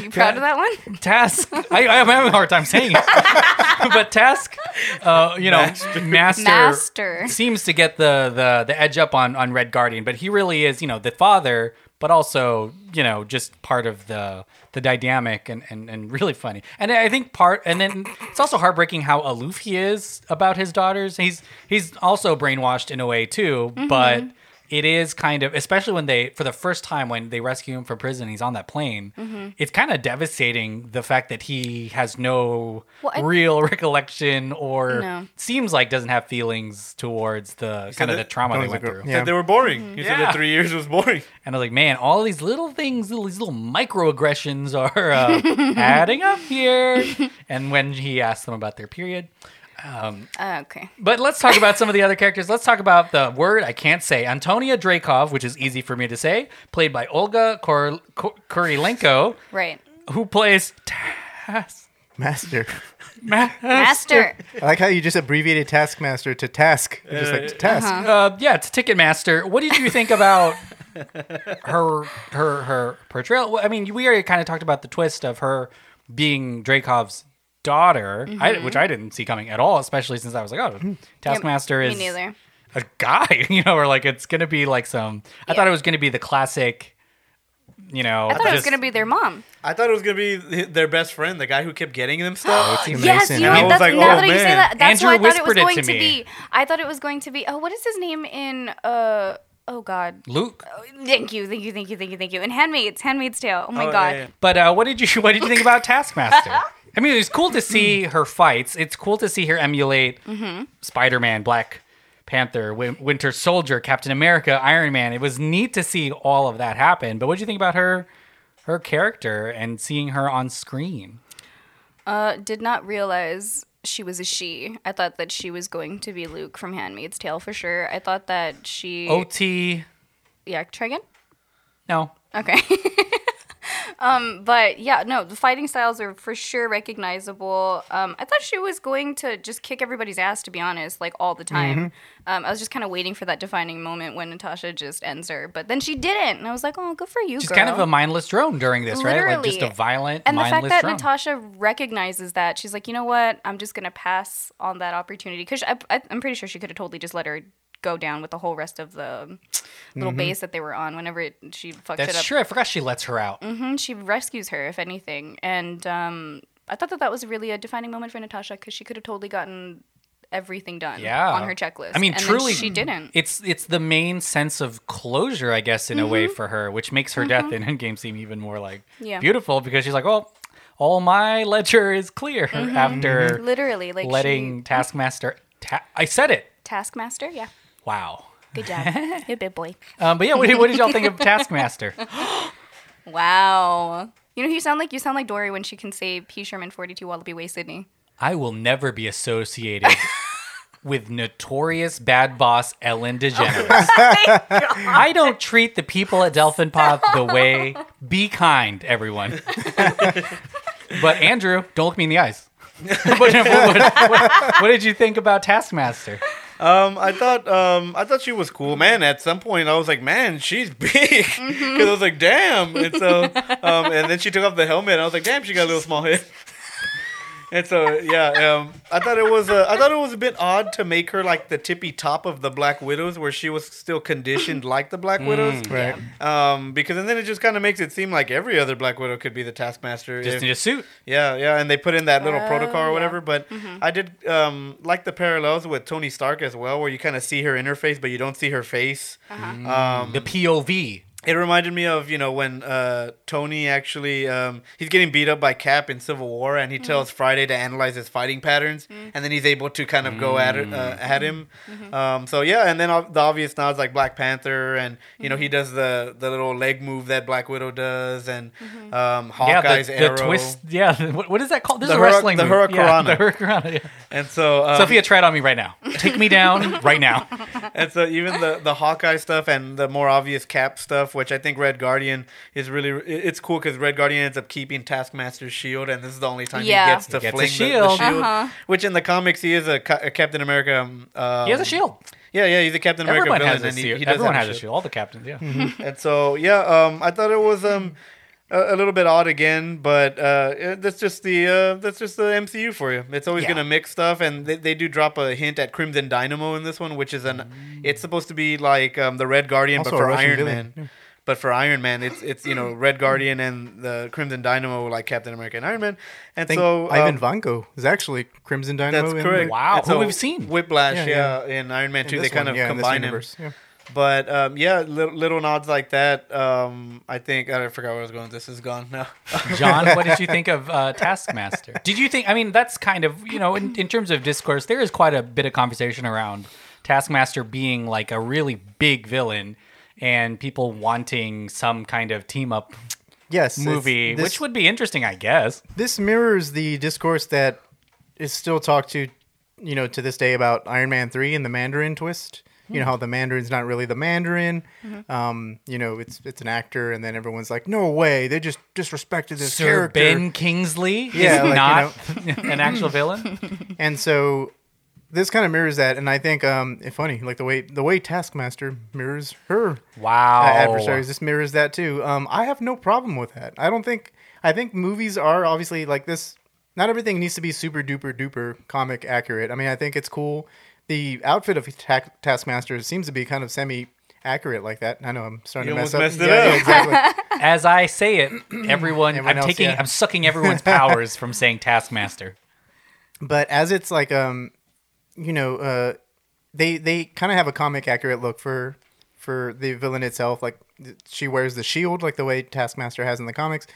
You proud of that one?
Task. I, I'm having a hard time saying it, but Task, uh, you know, master.
Master.
seems to get the, the the edge up on on Red Guardian, but he really is, you know, the father, but also, you know, just part of the the dynamic and and, and really funny. And I think part, and then it's also heartbreaking how aloof he is about his daughters. He's he's also brainwashed in a way too, but. It is kind of, especially when they, for the first time, when they rescue him from prison, he's on that plane. It's kind of devastating the fact that he has no
Well, I-
real recollection or
No.
seems like doesn't have feelings towards the kind of the
that-
trauma they
was
went
a girl.
through.
Yeah.
Said they were
Mm-hmm.
boring. You said
Yeah.
the three years was boring.
And I was like, man, all these little things, all these little microaggressions are uh, adding up here. And when he asked them about their period.
Uh, okay.
But let's talk about some of the other characters. Let's talk about the word I can't say. Antonia Drakov, which is easy for me to say, played by Olga Kor- Kor- Kurilenko,
Right.
who plays
Master.
Master.
I like how you just abbreviated Taskmaster to Task. You're just like Task.
Uh, yeah, it's Ticketmaster. What did you think about her her her portrayal? Well, I mean, we already kind of talked about the twist of her being Dracov's daughter,
Mm-hmm.
I, which I didn't see coming at all, especially since I was like, oh, Taskmaster
me
is
neither.
a guy, you know, or like it's gonna be like some. I thought it was gonna be the classic, you know.
I thought it was gonna be their mom.
I thought it was gonna be their best friend, the guy who kept getting them
Oh,
stuff. Oh,
Yes, you know
And I
what?
was
That's,
like,
now
oh,
that you say
man.
that, that's
Andrew
what I thought it was
whispered it
going
to
to,
me.
be. I thought it was going to be. Oh, what is his name in? Uh, oh God.
Luke.
Thank you, thank you, thank you, thank you, thank you. And Handmaid's Handmaid's Tale. Oh my
Oh,
God.
yeah, yeah.
But uh, what did you what did you think about Taskmaster? I mean, it's cool to see her fights. It's cool to see her emulate
Mm-hmm.
Spider-Man, Black Panther, Win- Winter Soldier, Captain America, Iron Man. It was neat to see all of that happen. But what did you think about her her character and seeing her on screen?
Uh, did not realize she was a she. I thought that she was going to be Luke from Handmaid's Tale for sure. I thought that she.
Oh.
OT
Yeah. Try again.
no.
Okay. um, but yeah, no, the fighting styles are for sure recognizable. Um, I thought she was going to just kick everybody's ass, to be honest, like all the time.
Mm-hmm.
Um, I was just kind of waiting for that defining moment when Natasha just ends her, but then she didn't, and I was like, oh, good for you,
She's
girl.
kind of a mindless drone during this, right? Like just a
Literally.
violent,
and the
mindless
fact that
drone.
Natasha recognizes that, she's like, you know what? I'm just gonna pass on that opportunity because I, I, I'm pretty sure she could have totally just let her go down with the whole rest of the um, little base that they were on. Whenever it, she fucked it
Mm-hmm. That's
up
true. I forgot she lets her out.
Mhm, she rescues her, if anything. And um, I thought that that was really a defining moment for Natasha because she could have totally gotten everything done
yeah.
on her checklist.
I mean,
and then
truly,
she didn't.
It's it's the main sense of closure, I guess, in a way for her, which makes her death in Endgame seem even more like
Mm-hmm. Yeah.
beautiful because she's like, well, all my ledger is clear after
Literally, Mm-hmm. like
letting
she,
Taskmaster. Ta- I said it.
Taskmaster. Yeah,
Wow.
good job, good big boy.
Um, but yeah, what, did- what did y'all think of Taskmaster?
Wow. You know, who you sound like you sound like Dory when she can say P Sherman forty two Wallaby Way Sydney.
I will never be associated with notorious bad boss Ellen DeGeneres. I don't treat the people at Delphin Pop the way. Be kind, everyone. but Andrew, don't look me in the eyes. what, what- what- what did you think about Taskmaster?
Um, I thought um, I thought she was cool, man. At some point, I was like, man, she's big, because I was like, damn. And so, um, and then she took off the helmet, and I was like, damn, she got a little small head. And so, yeah, um, I thought it was uh, I thought it was a bit odd to make her like the tippy top of the Black Widows, where she was still conditioned like the
Mm,
Black Widows,
Right.
um, because and then it just kind of makes it seem like every other Black Widow could be the Taskmaster.
Just
if-
in a suit.
yeah, yeah, and they put in that little protocol or whatever. But I did um, like the parallels with Tony Stark as well, where you kind of see her interface, but you don't see her face.
Mm.
Um,
The POV.
it reminded me of you know when uh, Tony actually um, he's getting beat up by Cap in Civil War, and he tells Friday to analyze his fighting patterns, and then he's able to kind of go at it,
Mm.
uh, at him. Um, so yeah, and then ob- the obvious nods like Black Panther, and you know he does the the little leg move that Black Widow does, and um,
Yeah,
Hawkeye's
the, the
arrow.
twist. Yeah, what, what is that called? This
The
is a
hurri-
wrestling
the
move. Yeah,
hurricanrana.
the hurricanrana, yeah.
And so um,
Sophia, try it on me right now. Take me down right now.
and so even the the Hawkeye stuff and the more obvious Cap stuff, which I think Red Guardian is really it- it's cool because Red Guardian ends up keeping Taskmaster's shield, E and this is the only time
Yeah.
he gets to
He gets a
fling
shield.
the, the shield. E Which in the comics he is a, ca- a Captain America. Um,
He has a shield.
Yeah, yeah, he's a Captain America
E Everyone
villain,
has a
and he,
shield.
he does
Everyone
have
has a shield. All the captains, yeah.
And so yeah, um, I thought it was um, a, a little bit odd again, but uh, eh, that's just the uh, that's just the MCU for you. It's always
Yeah.
gonna mix stuff, and they, they do drop a hint at Crimson Dynamo in this one, which is an it's supposed to be like um, the Red Guardian,
Also
but
a
for
Russian
Iron
villain.
Man. But for Iron Man, it's it's you know Red Guardian and the Crimson Dynamo like Captain America and Iron Man, and
think
so um,
Ivan Vanko is actually Crimson Dynamo.
that's
in, like,
correct.
Wow,
And
who we've seen.
Whiplash,
Yeah,
yeah,
yeah.
in Iron Man
in
two, they
this
kind
one,
of
yeah, in this
combine him.
universe, yeah.
But um, yeah, little, little nods like that. Um, I think I forgot where I was going. This is gone now.
John, what did you think of uh, Taskmaster? Did you think? I mean, that's kind of you know, in, in terms of discourse, there is quite a bit of conversation around Taskmaster being like a really big villain, and people wanting some kind of team up
Yes, it's-
movie,
this-
which would be interesting, I guess.
this mirrors the discourse that is still talked to, you know, to this day about Iron Man three and the Mandarin twist. You know how the Mandarin's not really the Mandarin. Um, you know, it's it's an actor, and then everyone's like, "No way! They just disrespected this
Sir
character."
Ben Kingsley
Yeah,
is not
like,
an actual villain.
And so this kind of mirrors that, and I think um, it's funny, like the way the way Taskmaster mirrors her
Wow.
uh, adversaries. This mirrors that too. Um, I have no problem with that. I don't think. I think movies are obviously like this. Not everything needs to be super duper duper comic accurate. I mean, I think it's cool. The outfit of ta- Taskmaster seems to be kind of semi accurate like that. I know I'm starting
You
to mess up.
almost messed it
Yeah, yeah,
up.
exactly.
As I say it, everyone,
Everyone
I'm
else,
taking,
yeah.
I'm sucking everyone's powers from saying Taskmaster.
but as it's like um, you know, uh, they they kind of have a comic accurate look for for the villain itself. Like th- she wears the shield, like the way Taskmaster has in the comics.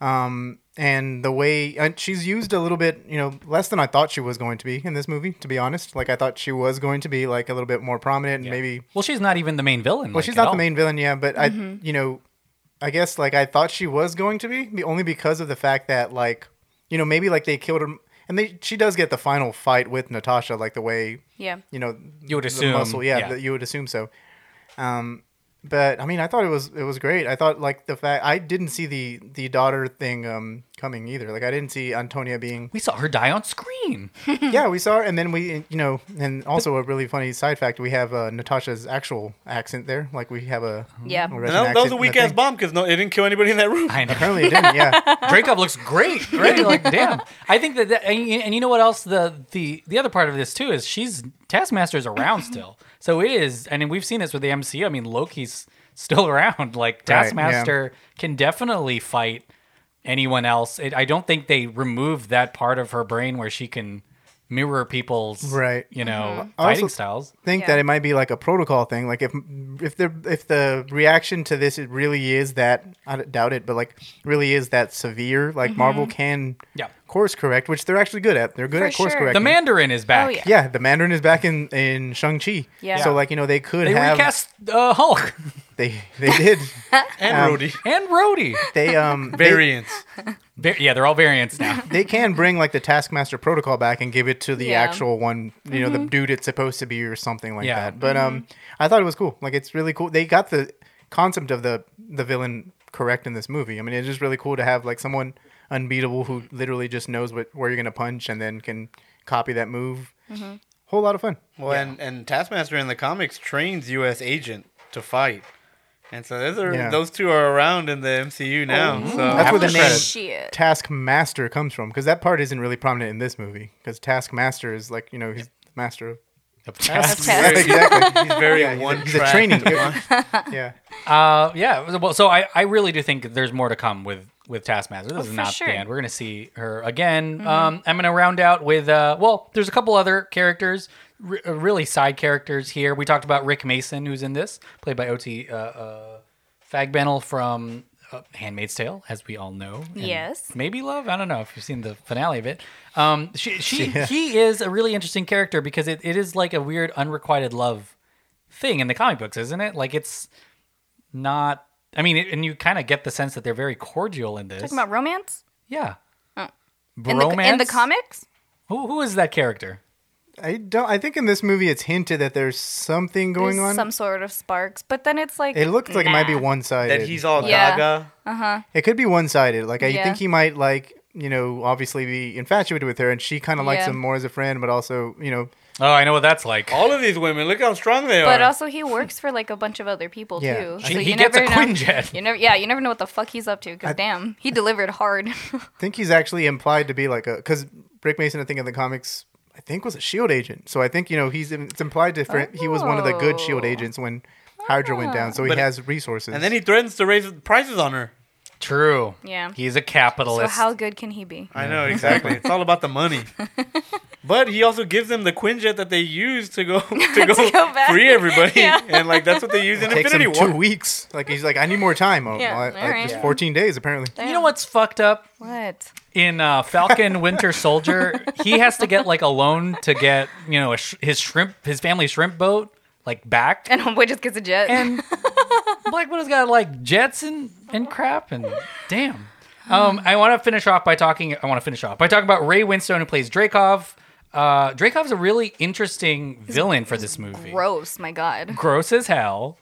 Um, and the way and she's used a little bit, you know, less than I thought she was going to be in this movie. To be honest, like I thought she was going to be like a little bit more prominent and maybe.
Well, she's not even the main villain.
Well, she's not the main villain, yeah, but I, you know, I guess like I thought she was going to be be- only because of the fact that like, you know, maybe like they killed her, and they she does get the final fight with Natasha, like the way
Yeah.
you know
You would
the
assume,
muscle yeah,
yeah.
that you would assume so um but i mean i thought it was it was great i thought like the fact i didn't see the the daughter thing um coming either like i didn't see antonia being
We saw her die on screen.
yeah we saw her and then we you know and also a really funny side fact we have uh, natasha's actual accent there like we have a a
Yeah. And
Russian
And that, that
accent
was a
in the
weak ass
thing.
bomb because no, it didn't kill anybody in that
Um,
room.
I know.
apparently it didn't yeah
Dracov looks great, right? Like, damn. I think that, that and, and you know what else? The the the other part of this too is she's Taskmaster's around still, so it is. I mean, we've seen this with the MCU. I mean, Loki's still around. Like
yeah.
Taskmaster can definitely fight anyone else. It, I don't think they removed that part of her brain where she can mirror people's
Right.
you
Mm-hmm.
know,
I also-
fighting styles.
think
Yeah.
that it might be like a protocol thing. Like if if the if the reaction to this it really is that I d- doubt it, but like really is that severe.
Mm-hmm.
Like Marvel can
Yeah.
course correct, which they're actually good at. They're good
For
at course
sure.
correct.
The Mandarin is back.
Oh, yeah.
yeah, the Mandarin is back in in Shang Chi.
Yeah.
So like you know they could
They
have
recast uh, Hulk
they they did
And Rhodey.
and Rhodey.
they um they-
Variants.
Var- yeah, they're all variants now.
they can bring like the Taskmaster protocol back and give it to the
Yeah.
actual one, you know, the dude it's supposed to be or something like
Yeah.
that. But um, I thought it was cool. Like it's really cool. They got the concept of the the villain correct in this movie. I mean, it's just really cool to have like someone unbeatable who literally just knows what where you're gonna punch and then can copy that move. Whole lot of fun.
Well, and, and Taskmaster in the comics trains U.S. Agent to fight. And so those, are,
Yeah.
those two are around in the
Oh,
MCU now.
mm.
So
That's where the
After
name
credits.
Shit.
Taskmaster comes from because that part isn't really prominent in this movie because Taskmaster is like you know he's the master of
Task.
exactly.
he's very
he's a-
one
he's a
track.
training. yeah.
Uh, yeah. Well, so I, I really do think there's more to come with with Taskmaster. This is
Oh, for
not
sure. Mm-hmm.
the end. We're gonna see her again. Um, I'm gonna round out with uh, well, there's a couple other characters, r- uh, really side characters here. We talked about Rick Mason, who's in this, played by Ot uh, uh, Fagbenel from uh, Handmaid's Tale, as we all know. and
Yes.
maybe love. I don't know if you've seen the finale of it. Um, she, she, he is a really interesting character because it, it is like a weird unrequited love thing in the comic books, isn't it? Like it's not. I mean, it, and you kind of get the sense that they're very cordial in this.
Talking about romance?
yeah,
In the, in the
Bromance?
comics?
Who who is that character?
I don't. I think in this movie it's hinted that there's something going
There's
on.
some sort of sparks, but then it's like
it looks like it might be
nah.
one sided.
That he's all
Yeah.
Gaga.
It could be one sided. Like I
Yeah.
think he might like you know, obviously be infatuated with her, and she kind of likes
Yeah.
him more as a friend, but also, you know,
Oh, I know what that's like.
All of these women, look how strong they
But
are.
also, he works for like a bunch of other people
Yeah.
too.
She-
so
he
you
gets
never
a
know-
Quinjet.
You never, yeah, you never know what the fuck he's up to. Cause damn, he delivered hard.
I think he's actually implied to be like a because Rick Mason, I think in the comics, I think was a Shield agent. So I think you know he's it's implied to he was one of the good Shield
Oh.
E agents when Hydra went down, so he
But-
has resources.
and then he threatens to raise prices on her.
True.
Yeah.
He's a
so
capitalist.
how good can he be?
I know exactly. it's all about the money. But he also gives them the Quinjet that they use to go to go,
go back.
free everybody,
Yeah.
and like that's what they use in
it takes
Infinity
him
War.
two weeks. Like he's like, I need more time. Oh,
Yeah,
well, I-
all
like, just
right.
fourteen days apparently.
you know what's fucked up?
What?
in uh, Falcon Winter Soldier, he has to get like a loan to get you know a sh- his shrimp, his family shrimp boat like back.
And homeboy just gets a jet.
And Black Widow's got like jets and, and crap and damn. Um, I want to finish off by talking. I want to finish off by talking about Ray Winstone who plays Dracov. Uh, Dracov's a really interesting villain for this movie
Gross, my god.
gross as hell.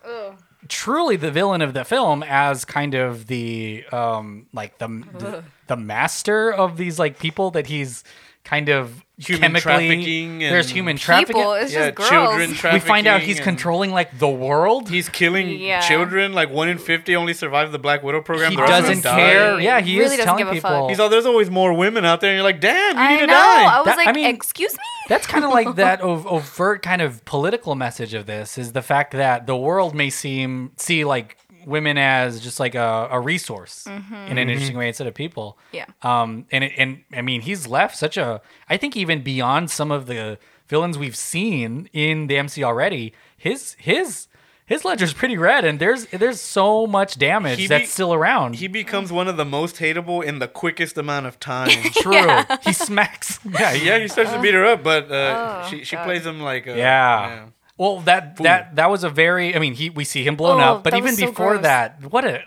Truly the villain of the film as kind of the um like the the, the master of these like people that he's kind of
Human
chemically
trafficking and-
there's human trafficking.
People, it's
Yeah,
just gross.
children
we find out he's
trafficking and-
controlling like the world.
He's killing
Yeah.
children. Like one in fifty only survive the Black Widow program.
he
the rest of them
doesn't
die.
care. Yeah, he
Really
is
doesn't
telling
give a
people.
fuck.
He's all there's always more women out there, and you're like, damn, you need
I
to
know. Oh. I
die.
was
That- I
like,
mean-
excuse me.
That's kind of like that ov- overt kind of political message of this is the fact that the world may seem see like women as just like a, a resource in
Mm-hmm.
an interesting way instead of people.
Mm-hmm. Yeah.
Um. And it, and I mean, he's left such a. I think even beyond some of the villains we've seen in the MC already, his his. His ledger's pretty red, and there's there's so much damage
He
that's
be-
still around.
He becomes one of the most hateable in the quickest amount of time.
True, he smacks. Yeah,
yeah, he starts to beat her up, but uh,
Oh,
she she plays him like uh, a,
Yeah. Well, that that that was a very. I mean, he we see him blown
Oh,
up, but
that
even
was so
before
gross.
that, what a.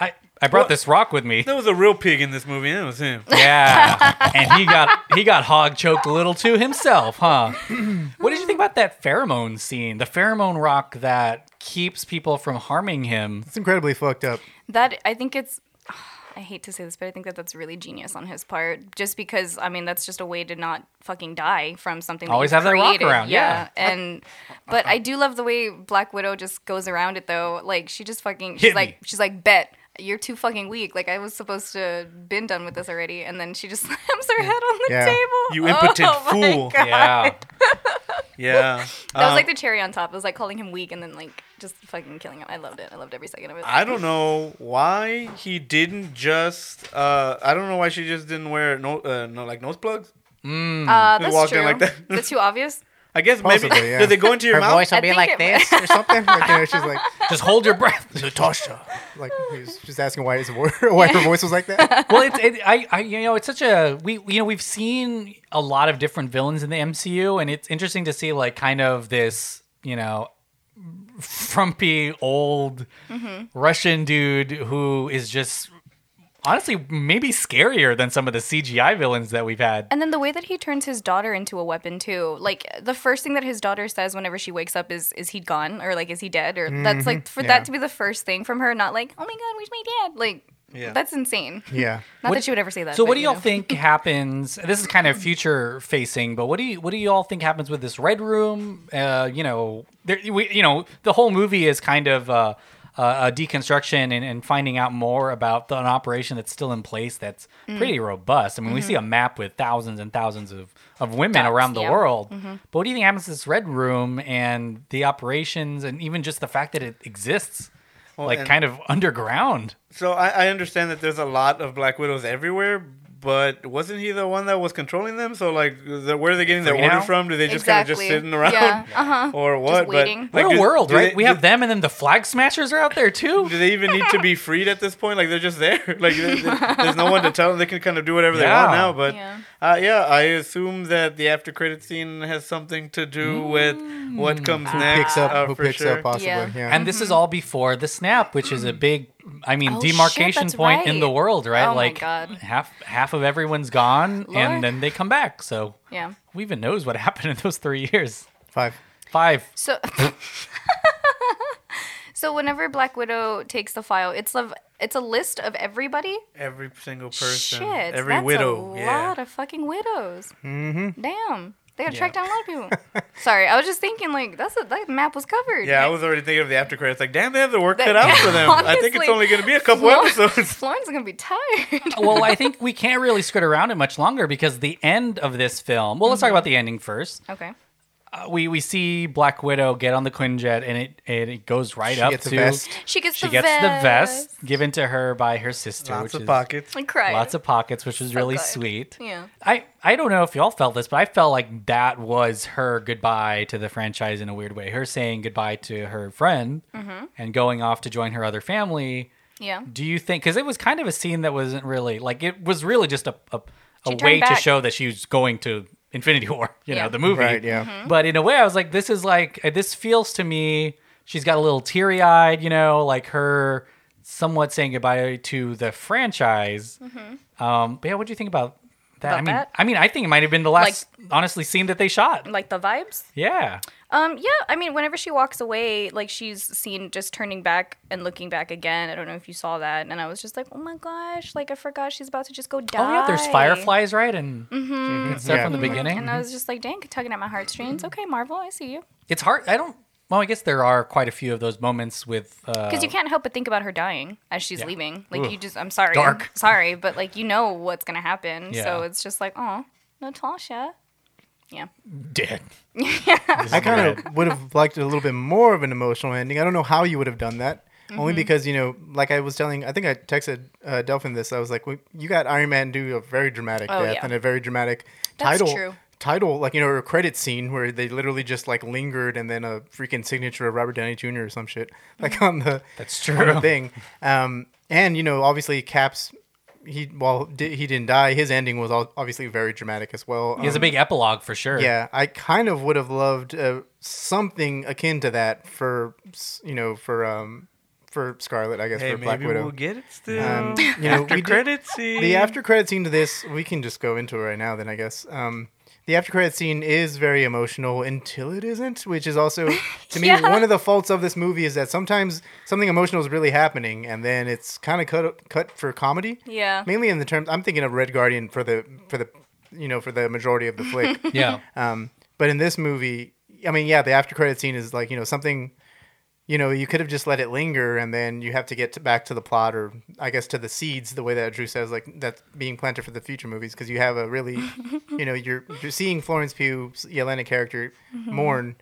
I I brought
What?
this rock with me.
There was a real pig in this movie. and It was him.
Yeah, and he got he got hog choked a little too himself, huh? What did you think about that pheromone scene? The pheromone rock that keeps people from harming him.
It's incredibly fucked up.
That I think it's. I hate to say this, but I think that that's really genius on his part. Just because I mean, that's just a way to not fucking die from something.
Always
that you've
have that rock
created.
around, yeah.
and but I do love the way Black Widow just goes around it though. Like she just fucking. She's
Hit me.
like she's like bet. You're too fucking weak. Like I was supposed to been done with this already, and then she just slams her head on the
Yeah.
table.
You impotent
Oh my
fool.
God.
Yeah,
Yeah.
That was
Um,
like the cherry on top. It was like calling him weak, and then like just fucking killing him. I loved it. I loved every second of it.
I don't know why he didn't just. Uh, I don't know why she just didn't wear no, uh, no like nose plugs.
Uh,
He
that's
walked in
true.
like that.
That's too obvious.
I guess maybe
Possibly, yeah.
did they go into your
Her
mouth?
voice
I
will be
think
like
it-
this or something. Like you know, she's like
just hold your breath.
Natasha. Like he's just asking why his vo- why her voice was like that.
well, it's it, I, I you know it's such a we you know we've seen a lot of different villains in the MCU, and it's interesting to see like kind of this you know frumpy old Russian dude who is just honestly maybe scarier than some of the CGI villains that we've had.
And then the way that he turns his daughter into a weapon too. Like the first thing that his daughter says whenever she wakes up is "Is he gone?" or like "Is he dead?" or that's like for
Yeah.
that to be the first thing from her, not like "Oh my god, where's my dad?" Like
Yeah.
that's insane.
Yeah.
Not that she would ever say that.
So
but,
what do
you
y'all
know.
think happens? This is kind of future facing, but what do you what do y'all think happens with this red room? Uh, you know, there, we, you know, the whole movie is kind of uh, uh, a deconstruction and, and finding out more about the, an operation that's still in place that's
Mm.
pretty robust. I mean, we see a map with thousands and thousands of of women around the
Mm-hmm. yeah. Mm-hmm.
world. But what do you think happens to this red room and the operations, and even just the fact that it exists, like
and-
kind of underground?
So I, I understand that there's a lot of Black Widows everywhere, but wasn't he the one that was controlling them? So like, the, where are they getting their
Free
orders
now?
from? Do they just
Exactly.
kind of just sitting around?
Yeah. Uh-huh.
Or what?
waiting.
like,
what a
do-
world,
do
right?
they-
we
do-
have them, and then the flag smashers are out there too.
Do they even need to be freed at this point? Like they're just there. Like there- there- there's no one to tell them. They can kind of do whatever they want
Yeah.
now. But
Yeah.
Uh, yeah, I assume that the after credit scene has something to do with what comes next.
Picks up
uh,
who
for
picks
sure.
up possibly.
Yeah.
Yeah.
And this is all before the snap, which is a big, I mean,
Oh, shit,
demarcation
that's
point in the
right.
world, right?
Oh my
like
God.
half half of everyone's gone,
Lord.
and then they come back. So
Yeah.
who even knows what happened in those three years?
Five.
Five.
So, so whenever Black Widow takes the file, it's of It's a list of everybody.
Every single person.
Shit,
every
that's
widow.
a
yeah.
lot of fucking widows. Mm-hmm. Damn, they gotta track down a lot of people. Sorry, I was just thinking like that's a, that map was covered.
yeah, I was already thinking of the after credits. Like, damn, they have the work
That-
cut out for them. I think it's
honestly,
only going to be a couple
Flor-
episodes.
Florence is gonna be tired.
well, I think we can't really skirt around it much longer because the end of this film. Well, let's talk about the ending first.
okay.
Uh, we we see Black Widow get on the Quinjet, and it and it goes right
She
up
gets
to
a vest.
She gets
she
the
gets
vest.
the vest given to her by her sister,
Lots
which
of
is
pockets.
I cried.
lots of pockets, which was really
good.
sweet.
Yeah.
I I don't know if y'all felt this, but I felt like that was her goodbye to the franchise in a weird way. Her saying goodbye to her friend
Mm-hmm.
and going off to join her other family.
yeah.
Do you think? Because it was kind of a scene that wasn't really like it was really just a a, a
She
way
turned
to
back.
show that she was going to Infinity War, you
Yeah.
know, the movie.
Right,
Mm-hmm.
yeah.
Mm-hmm.
But in a way, I was like, this is like uh, this feels to me. She's got a little teary eyed, you know, like her somewhat saying goodbye to the franchise. Um, but yeah, what do you think about that?
Mm-hmm. About
I mean,
that?
I mean, I think it might have been the last, honestly, scene that they shot.
Like the vibes.
Yeah,
Um, yeah, I mean, whenever she walks away, like she's seen just turning back and looking back again. I don't know if you saw that, and I was just like, oh my gosh, like I forgot she's about to just go die.
oh yeah, there's fireflies, right, and and stuff
Yeah.
from the beginning.
Mm-hmm.
Mm-hmm.
And uh, I was just like, dang, tugging at my heartstrings. Okay, Marvel, I see you.
it's hard. I don't. Well, I guess there are quite a few of those moments with. Uh,
Because you can't help but think about her dying as she's
Yeah.
leaving. Like you just, I'm sorry,
Dark.
sorry, but like you know what's gonna happen.
Yeah.
So it's just like, oh, Natasha. Yeah.
dead.
I kind of would have liked a little bit more of an emotional ending. I don't know how you would have done that.
Mm-hmm.
Only because you know, like I was telling, I think I texted uh, Delphin this. I was like, well, "You got Iron Man do a very dramatic
Oh,
death
yeah.
and a very dramatic
That's
title,
true.
title like you know, or a credit scene where they literally just like lingered and then a freaking signature of Robert Downey Jr. or some shit like on the
That's
on the
true.
thing. Um, and you know, obviously Caps, he well di- he didn't die. His ending was al- obviously very dramatic as well.
He has a
Um,
big epilogue for sure.
yeah, I kind of would have loved uh, something akin to that for s- you know for um for Scarlet, I guess
Hey,
for Black
maybe
Widow.
we'll get it still.
Um, you know,
after
we did-
credits scene.
the after credit scene to this, we can just go into it right now. Then I guess um, the after credit scene is very emotional until it isn't, which is also to me
Yeah.
one of the faults of this movie is that sometimes something emotional is really happening and then it's kind of cut cut for comedy.
Yeah.
mainly in the terms I'm thinking of Red Guardian for the for the you know for the majority of the flick.
yeah.
Mm-hmm.
Um, but in this movie, I mean, yeah, the after credit scene is like you know something, you know, you could have just let it linger, and then you have to get to, back to the plot, or I guess to the seeds, the way that Drew says, like that's being planted for the future movies, because you have a really, you know, you're you're seeing Florence Pugh's Yelena character
Mm-hmm.
mourn,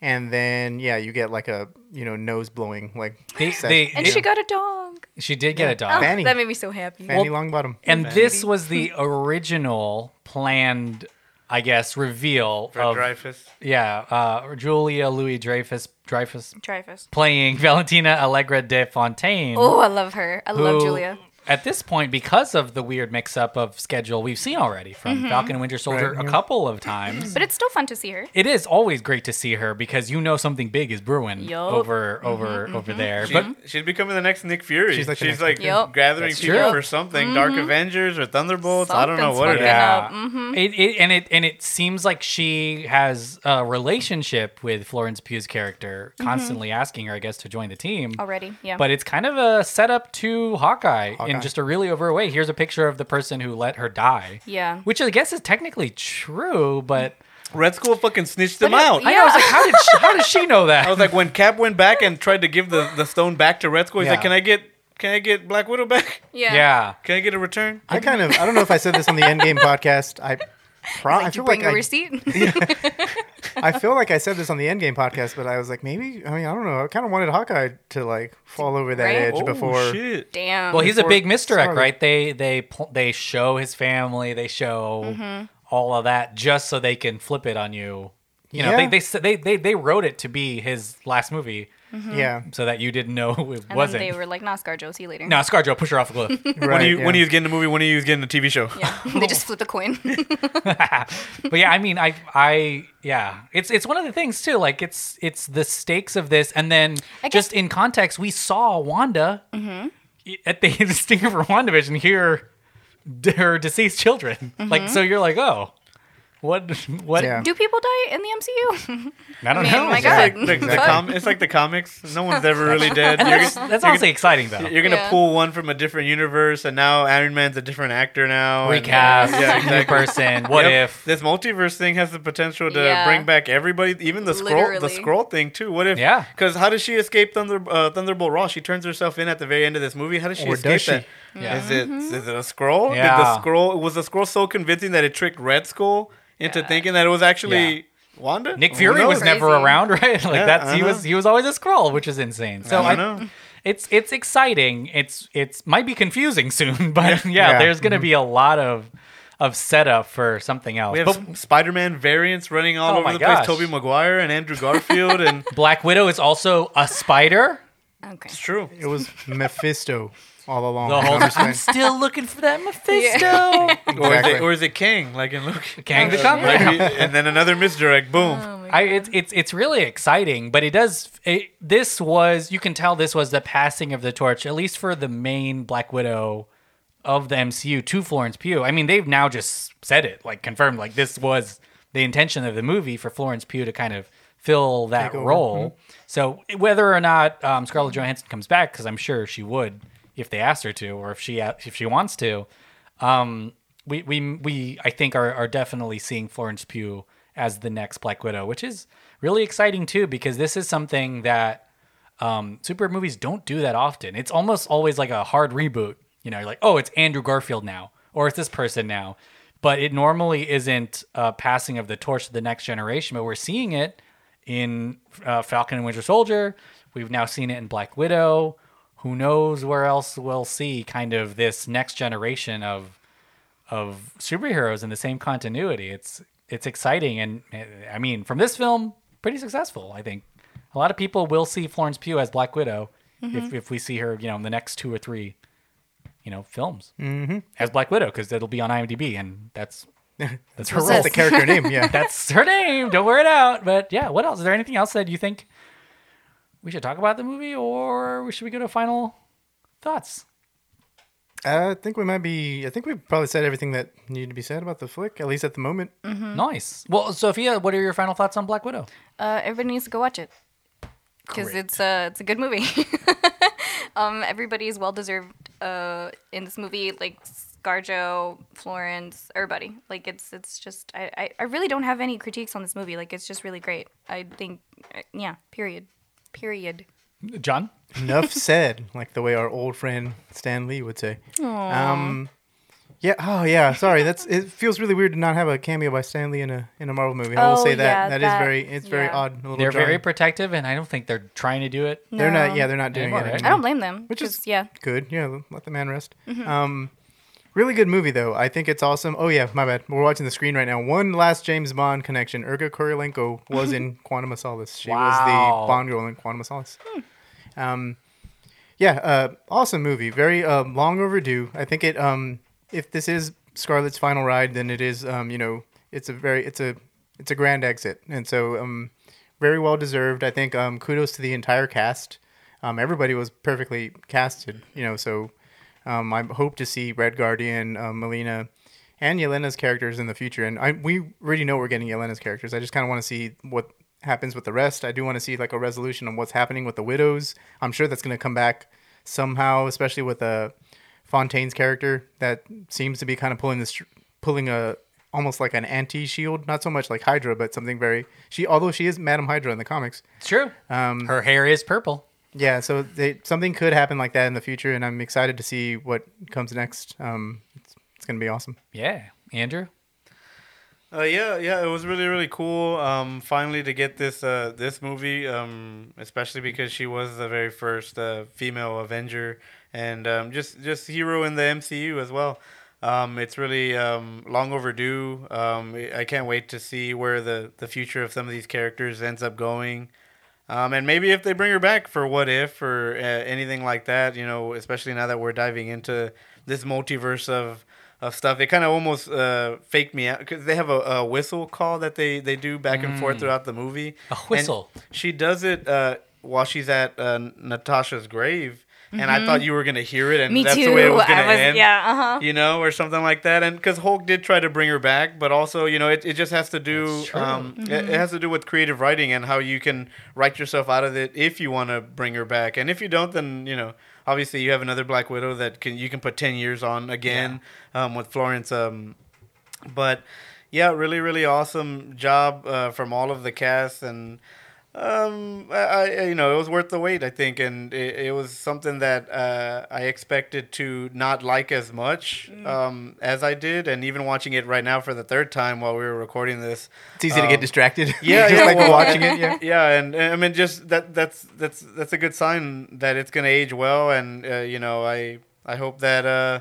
and then yeah, you get like a you know nose blowing like
They-
sec-
they-
And
Yeah.
she got a dog.
She did get a
Oh,
dog.
Fanny.
that made me so happy.
Fanny Longbottom.
And this was the original planned, I guess, reveal
For
of
Dreyfus.
yeah, uh, Julia Louis Dreyfus Dreyfus
Dreyfus.
playing Valentina Allegra de Fontaine.
Oh, I love her. I love
who,
Julia.
At this point, because of the weird mix-up of schedule we've seen already from
Mm-hmm.
Falcon and Winter Soldier a couple of times,
But it's still fun to see her.
it is always great to see her because you know something big is brewing
Yup. Mm-hmm,
over over over there.
She,
But
she's becoming the next Nick Fury.
She's
She's
like the next
like,
Nick Fury. Yep.
gathering
That's
people
true.
for something. Dark Avengers or Thunderbolts. I don't know
Mm-hmm. Something's
what it is.
fucking up.
yeah,
mm-hmm.
it, it and it and it seems like she has a relationship with Florence Pugh's character, constantly asking her, I guess, to join the team
Already, Mm-hmm. Oh, yeah.
But it's kind of a setup to Hawkeye, in just a really over way. Here's a picture of the person who let her die.
Yeah.
which I guess is technically true, but
Red Skull fucking snitched them
it-
out.
I know. I was
Yeah. Oh,
like, how did she, how does she know that?
I was like, when Cap went back and tried to give the, the stone back to Red Skull, he's
Yeah.
like, "Can I get can I get Black Widow back?
Yeah.
yeah.
Can I get a return?"
I kind of I don't know if I said this on the Endgame podcast. I. Pro- I
Like, you
feel
bring
like
a
I
receipt.
I feel like I said this on the Endgame podcast, but I was like, maybe. I mean, I don't know. I kind of wanted Hawkeye to like fall over that
Right?
edge
Oh,
before.
shit.
Damn.
Well, he's a
Before
big misdirect,
Scarlet.
right? They they pl- they show his family, they show all of that just so they can flip it on you. You know,
Yeah.
they, they s- they they they wrote it to be his last movie
Yeah,
Uh-huh.
so that you didn't know it
and
wasn't.
then they were like, nah, Scarjo, see you later.
no, ScarJo, push her off a cliff.
right.
When are you
yeah.
when are you getting a movie? When are you getting a TV show?
Yeah. they just flipped a coin.
but yeah, I mean, I I yeah, it's it's one of the things too. Like it's it's the stakes of this, and then just in context, we saw Wanda
Mm-hmm.
i- at the instinct
Mm-hmm.
of her WandaVision here, her deceased children. Like so, you're like, oh, What? What?
Yeah.
Do people die in the
Oh,
MCU?
I don't
I mean,
know.
my
It's
God.
like-
Like the, the
Fuck.
com- it's like the comics. No one's ever really dead.
That's,
You're,
that's honestly exciting though.
you're gonna
Yeah.
pull one from a different universe, and now Iron Man's a different actor now. and-
Recast,
yeah,
new
exactly.
person. What
Yep.
if?
this multiverse thing has the potential to
Yeah.
bring back everybody, even the scroll, the
Literally.
scroll thing too? What if?
Yeah.
Because how does she escape Thunder uh, Thunderbolt Raw? She turns herself in at the very end of this movie. How does she
Or
escape
does she?
that?
Yeah.
Is it is
Mm-hmm.
it a scroll? Did
Yeah.
the scroll was the scroll so convincing that it tricked Red Skull into thinking that it was actually
Yeah.
Wanda?
Nick
Who
Fury was
knows?
never
Crazy.
around, right? Like that's he
uh-huh.
was he was always a scroll, which is insane. So
I
I,
don't know.
it's it's exciting. It's it's might be confusing soon, but yeah,
Yeah.
there's gonna be a lot of of setup for something else.
We have
But
s- Spider-Man variants running all
Oh
over
my
the
gosh.
place. Tobey Maguire and Andrew Garfield, and
Black Widow is also a spider.
okay.
it's true.
It was Mephisto all along.
The
I
whole I'm
understand.
still looking for that Mephisto.
Or is,
Exactly.
it, or is it Kang, like in Loki?
Kang the Conqueror.
Like, and then another misdirect. Boom.
Uh,
I it's it's it's really exciting, but it does. It, this was you can tell this was the passing of the torch, at least for the main Black Widow of the MCU to Florence Pugh. I mean, they've now just said it, like confirmed, like this was the intention of the movie for Florence Pugh to kind of fill that role. So whether or not um, Scarlett Johansson comes back, because I'm sure she would if they asked her to, or if she if she wants to, um, we we we I think are are definitely seeing Florence Pugh as the next Black Widow, which is really exciting too because this is something that um, super movies don't do that often. It's almost always like a hard reboot. You know, you're like, oh, it's Andrew Garfield now, or it's this person now. But it normally isn't a passing of the torch to the next generation. But we're seeing it in uh, Falcon and Winter Soldier. We've now seen it in Black Widow. Who knows where else we'll see kind of this next generation of of superheroes in the same continuity. It's it's exciting, and eh, I mean, from this film, pretty successful. I think a lot of people will see Florence Pugh as Black Widow if, if we see her, you know, in the next two or three, you know, films as Black Widow because it'll be on IMDb, and that's Mm-hmm. that's her role.
That's the character name. Yeah.
That's her name. Don't wear it out. But yeah, what else? Is there anything else that you think we should talk about the movie, or should we go to final thoughts?
I think we might be. I think we probably said everything that needed to be said about the flick, at least at the moment.
Mm-hmm. Nice. Well, Sophia, what are your final thoughts on Black Widow?
Uh, everybody needs to go watch it because it's uh, it's a good movie. um, everybody is well deserved uh, in this movie. Like Scarjo, Florence, everybody. Like it's it's just I, I I really don't have any critiques on this movie. Like it's just really great. I think uh, yeah. Period. Period.
John.
Enough said, like the way our old friend Stan Lee would say. Um, yeah. Oh, yeah. Sorry. That's. It feels really weird to not have a cameo by Stan Lee in a in a Marvel movie. I will
Oh,
say that.
yeah,
that is
that-
very. It's very
yeah.
odd. A little
They're very
jarring.
protective, and I don't think they're trying to do it.
They're
No.
not. Yeah. They're not doing
Anymore,
it.
right?
anymore.
I don't blame them.
Hmm. Which is-
'cause, yeah. Mm-hmm.
good. Yeah, let the man rest. Um, really good movie though. I think it's awesome. Oh yeah, my bad. We're watching the screen right now. One last James Bond connection. Erga Kurylenko was in Quantum of Solace. She was
Wow.
the Bond girl in Quantum of Solace. Um, yeah, uh, awesome movie. Very uh, long overdue. I think it. Um, if this is Scarlett's final ride, then it is. Um, you know, it's a very. It's a. It's a grand exit, and so um, very well deserved. I think um, kudos to the entire cast. Um, everybody was perfectly casted. You know, so um, I hope to see Red Guardian, um, Melina, and Yelena's characters in the future. And I we already know we're getting Yelena's characters. I just kind of want to see what happens with the rest. I do want to see like a resolution on what's happening with the widows. I'm sure that's going to come back somehow, especially with uh, Fontaine's character that seems to be kind of pulling this pulling a almost like an anti shield, not so much like Hydra, but something very she although she is Madam Hydra in the comics.
It's true. Um, Her hair is purple.
Yeah, so they, something could happen like that in the future, and I'm excited to see what comes next. Um, it's, it's going to be awesome.
Yeah, Andrew.
Uh, yeah, yeah, it was really, really cool. Um, finally to get this uh, this movie, um, especially because she was the very first uh, female Avenger and um, just just hero in the MCU as well. Um, it's really um, long overdue. Um, I I can't wait to see where the, the future of some of these characters ends up going. Um, and maybe if they bring her back for what if or uh, anything like that, you know, especially now that we're diving into this multiverse of of stuff, it kind of almost uh, faked me out because they have a, a whistle call that they they do back and forth throughout the movie.
Mm. A whistle.
And she does it uh, while she's at uh, Natasha's grave. and
Mm-hmm.
I thought you were gonna hear it, and
Me
that's
too.
the way it was gonna
I was,
end.
yeah, uh huh.
You know, or something like that, and because Hulk did try to bring her back, but also, you know, it, it just has to do
That's true.
um, it-
Mm-hmm.
it has to do with creative writing and how you can write yourself out of it if you want to bring her back, and if you don't, then you know, obviously you have another Black Widow that can you can put ten years on again um, with Florence um, but yeah, really, really awesome job uh, from all of the cast, and um, I, I, you know, it was worth the wait, I think, and it, it was something that uh, I expected to not like as much
Mm.
um, as I did, and even watching it right now for the third time while we were recording this,
It's easy to
Um,
get distracted.
yeah,
just
yeah,
like
well-
watching it. Yeah.
yeah, and, and I mean, just that that's that's that's a good sign that it's gonna age well, and uh, you know, I I hope that uh,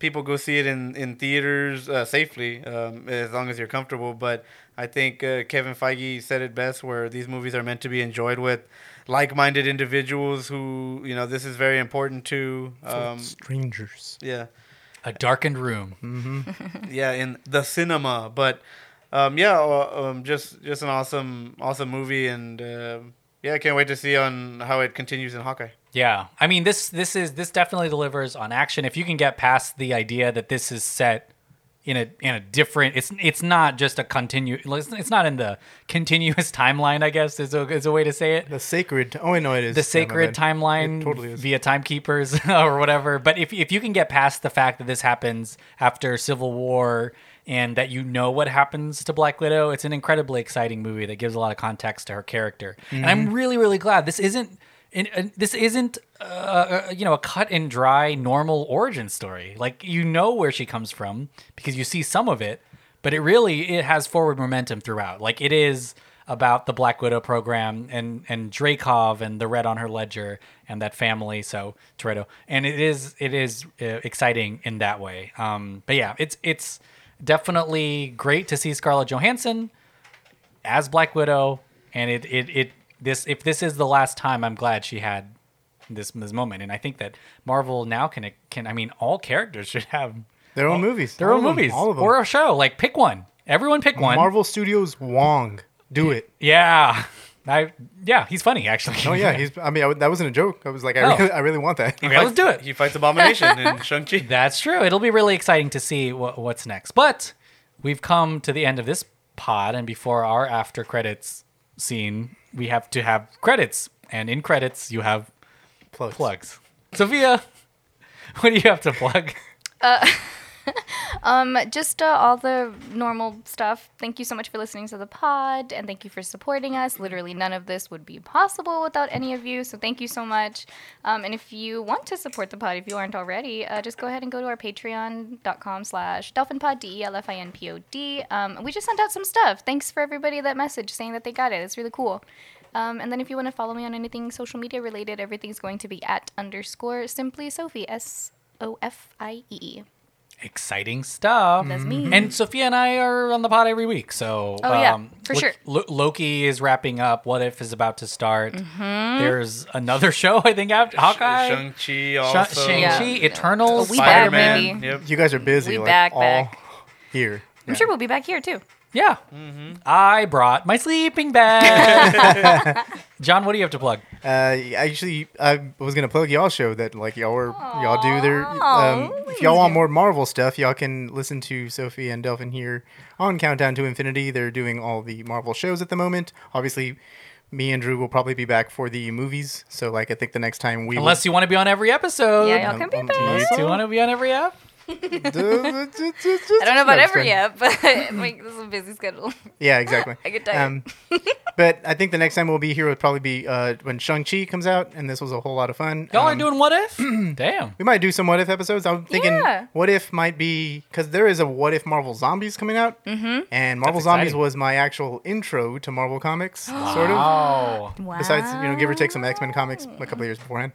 people go see it in in theaters uh, safely, um, as long as you're comfortable. But I think uh, Kevin Feige said it best, where these movies are meant to be enjoyed with like-minded individuals who you know this is very important to. Um,
Strangers.
yeah
A darkened room.
yeah in the cinema but um yeah uh, um just just an awesome awesome movie and uh, yeah i can't wait to see on how it continues in hawkeye
Yeah, I mean this this is this definitely delivers on action. If you can get past the idea that this is set in a in a different, it's it's not just a continue. It's it's not in the continuous timeline. I guess is a, is a way to say it.
The sacred. Oh, I know it is.
the
Yeah, my
sacred
bad.
timeline
It totally is.
via timekeepers or whatever. But if if you can get past the fact that this happens after Civil War and that you know what happens to Black Widow, it's an incredibly exciting movie that gives a lot of context to her character. And
Mm-hmm.
I'm really really glad this isn't. In, in- this isn't, uh, uh, you know, a cut and dry normal origin story. Like you know where she comes from because you see some of it, but it really it has forward momentum throughout. Like it is about the Black Widow program and and Dracov and the red on her ledger and that family. So Toretto, and it is it is uh, exciting in that way. Um, but yeah, it's it's definitely great to see Scarlett Johansson as Black Widow, and it it it this if this is the last time, I'm glad she had this this moment, and I think that Marvel now can can I mean all characters should have
Their own movies.
their
All
own
of them,
movies
All of them.
or a show. Like pick one. Everyone pick one.
Marvel Studios Wong. Do it.
Yeah. I yeah, he's funny actually.
Oh yeah, he's. I mean, I, that wasn't a joke. I was like, I,
Oh.
really, I really want that.
Okay, let's do it.
he fights abomination in shang-chi
That's true. It'll be really exciting to see what, what's next. But we've come to the end of this pod, and before our after credits scene, we have to have credits, and in credits you have
Plugs.
plugs. Sophia, what do you have to plug?
Um, just uh, all the normal stuff. Thank you so much for listening to the pod, and thank you for supporting us. Literally, none of this would be possible without any of you. So thank you so much. Um, and if you want to support the pod, if you aren't already, uh, just go ahead and go to our Patreon.com/slash DelphinPod. D e l f i n p o d. Um, we just sent out some stuff. Thanks for everybody that messaged saying that they got it. It's really cool. Um, and then if you want to follow me on anything social media related, everything's going to be at underscore simply Sophie S O F I E E.
Exciting stuff.
That's me.
And Sophia and I are on the pod every week, so
Oh, yeah, for
Lo-
sure.
Lo- Loki is wrapping up. What if is about to start.
Mm-hmm.
There's another show I think after Hawkeye.
shang-chi
Sha-
also
Shang-Chi, Eternals.
We back,
spider-man
baby.
yep
You guys are busy.
We
like,
back,
all
back.
Here.
I'm sure we'll be back here too.
Yeah.
Mm-hmm.
I brought my sleeping bag. John, what do you have to plug?
Uh, actually, I was gonna plug y'all show that like y'all were y'all do their. Um, if y'all want more Marvel stuff, y'all can listen to Sophie and Delphin here on Countdown to Infinity. They're doing all the Marvel shows at the moment. Obviously, me and Drew will probably be back for the movies. So like, I think the next time we
Unless you want to be on every episode.
Yeah, y'all
Um,
can be
um,
back.
You two want to be on every app?
I
I don't know
don't
about ever yet, but like this is a busy schedule.
Yeah, exactly. Um,
I get tired.
but I think the next time we'll be here would probably be uh, when Shang Chi comes out, and this was a whole lot of fun.
Y'all are
Um,
doing what if? Damn.
We might do some what if episodes. I'm thinking
Yeah.
what if might be because there is a what if Marvel Zombies coming out, mm-hmm. and Marvel
That's
Zombies
exciting.
was my actual intro to Marvel comics, sort of.
Oh.
Wow.
Besides, you know, give or take some X Men comics a couple of years beforehand.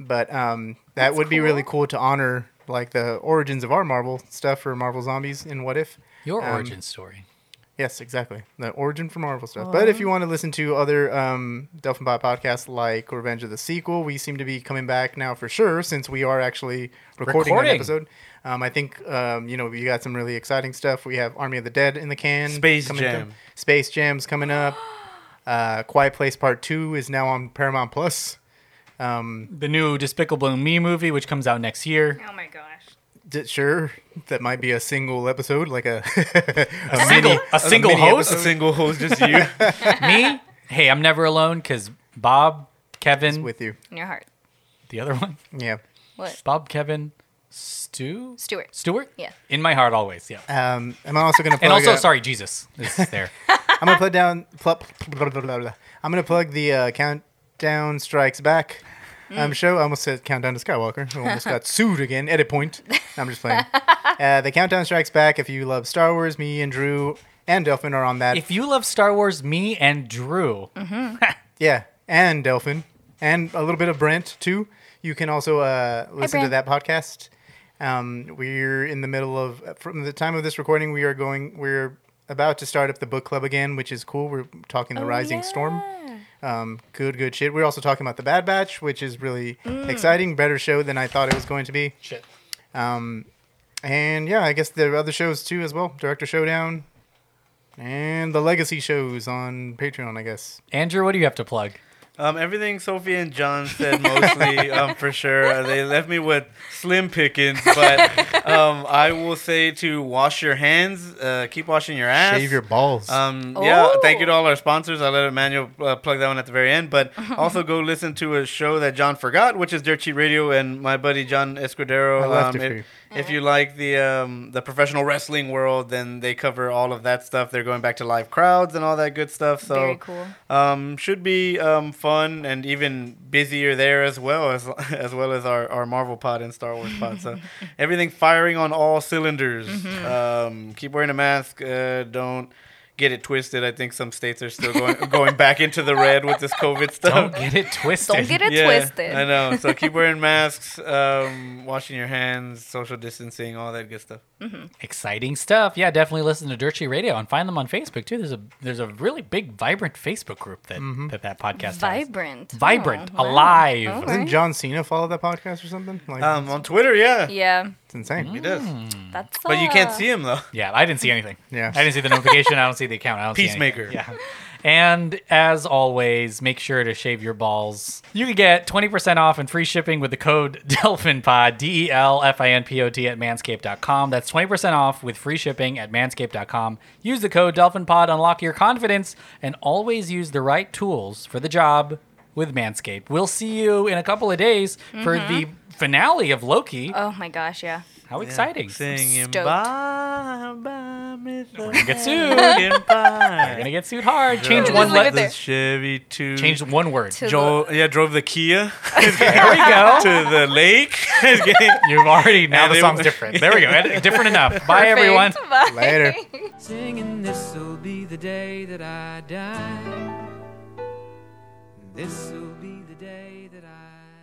But um, that would be really cool to honor like the origins of our Marvel stuff for Marvel Zombies in What If.
Your
Um,
origin story.
Yes, exactly. The origin for Marvel stuff. But if you want to listen to other um, Delphin Pod podcasts like Revenge of the Sequel, we seem to be coming back now for sure since we are actually recording,
Recording.
an episode. Um, I think, um, you know, we got some really exciting stuff. We have Army of the Dead in the can.
Space
coming
Jam.
up. Space Jam's coming up. Uh, Quiet Place Part 2 is now on Paramount Plus. Um,
The new Despicable Me movie, which comes out next year.
Oh my gosh.
d- sure, that might be a single episode, like a a
Single, a single
mini
host?
A single host, just you.
Me? Hey, I'm never alone because Bob, Kevin,
with you.
In your heart.
the other one.
Yeah.
What?
Bob, Kevin, Stu?
Stuart.
Stewart?
Yeah.
In my heart always, yeah.
Um, I'm also gonna plug
and also,
uh,
sorry, Jesus is there.
I'm gonna put down. Pl- blah, blah, blah, blah. I'm gonna plug the uh, Countdown Strikes Back. Um, show. I almost said Countdown to Skywalker. I almost got sued again. Edit point. No, I'm just playing. Uh, the Countdown Strikes Back. If you love Star Wars, me and Drew and Delphin are on that.
if you love Star Wars, me and Drew,
yeah, and Delphin and a little bit of Brent too. You can also uh, listen to that
Brent.
podcast. Um, we're in the middle of from the time of this recording. We are going. We're about to start up the book club again, which is cool. We're talking the Rising Storm. Um, good, good shit. We We're also talking about the Bad Batch, which is really exciting. Better show than I thought it was going to be. Shit. Um, and yeah, I guess there are other shows too as well. Director Showdown and the Legacy shows on Patreon. I guess.
Andrew, what do you have to plug?
Um, everything Sophie and John said mostly um, for sure. Uh, They left me with slim pickings, but um, I will say to wash your hands, uh, keep washing your ass,
Shave your balls.
Um, yeah,
Oh.
thank you to all our sponsors. I let Emmanuel uh, plug that one at the very end, but also go listen to a show that John forgot, which is Dirt Cheap Radio, and my buddy John
I
Escudero.
left
um,
it for
if, if you like the um, the professional wrestling world, then they cover all of that stuff. They're going back to live crowds and all that good stuff. So
Very cool.
um, should be um, fun and even busier there as well as as well as our, our Marvel pod and Star Wars pod. So everything firing on all cylinders.
Mm-hmm.
Um, keep wearing a mask. Uh, don't get it twisted. I think some states are still going going back into the red with this COVID stuff.
Don't get it twisted.
Don't get it twisted.
I know. So keep wearing masks, um, washing your hands, social distancing, all that good stuff.
Exciting stuff. Yeah, definitely listen to Dirty Radio and find them on Facebook too. There's a there's a really big, vibrant Facebook group that
Mm-hmm.
that, that podcast has.
Vibrant.
Vibrant,
Oh, wow.
alive.
All
Doesn't
right.
John Cena follow that podcast or something? Like,
Um, Hmm? on Twitter, yeah,
Mm-hmm. Yeah.
it's insane.
it does.
That's
But you can't
uh,
see him though.
Yeah, I didn't see anything.
Yeah.
I didn't see the notification. I don't see the account. I don't
Peacemaker.
See anything. yeah. And as always, make sure to shave your balls. You can get 20% off and free shipping with the code DelphinPod, D E L F I N P O T, at manscaped.com. That's 20% off with free shipping at manscaped.com. Use the code DelphinPod, unlock your confidence, and always use the right tools for the job with Manscaped. We'll see you in a couple of days for
Mm-hmm.
the finale of Loki.
Oh my gosh, yeah.
How exciting!
Singing
Stoked.
bye bye, Miss
Get sued.
American Pie.
You're gonna get sued hard. Change
Just
one
leave
letter.
it there.
The Chevy to
Change one word.
To
Joel, yeah, drove the Kia
There we go.
to the lake.
You've already now
And
the
they-
song's different. There we go. Ed- Different enough. Bye
Perfect.
everyone.
Bye.
Later.
singing this'll be the day that I die. This'll be the day that I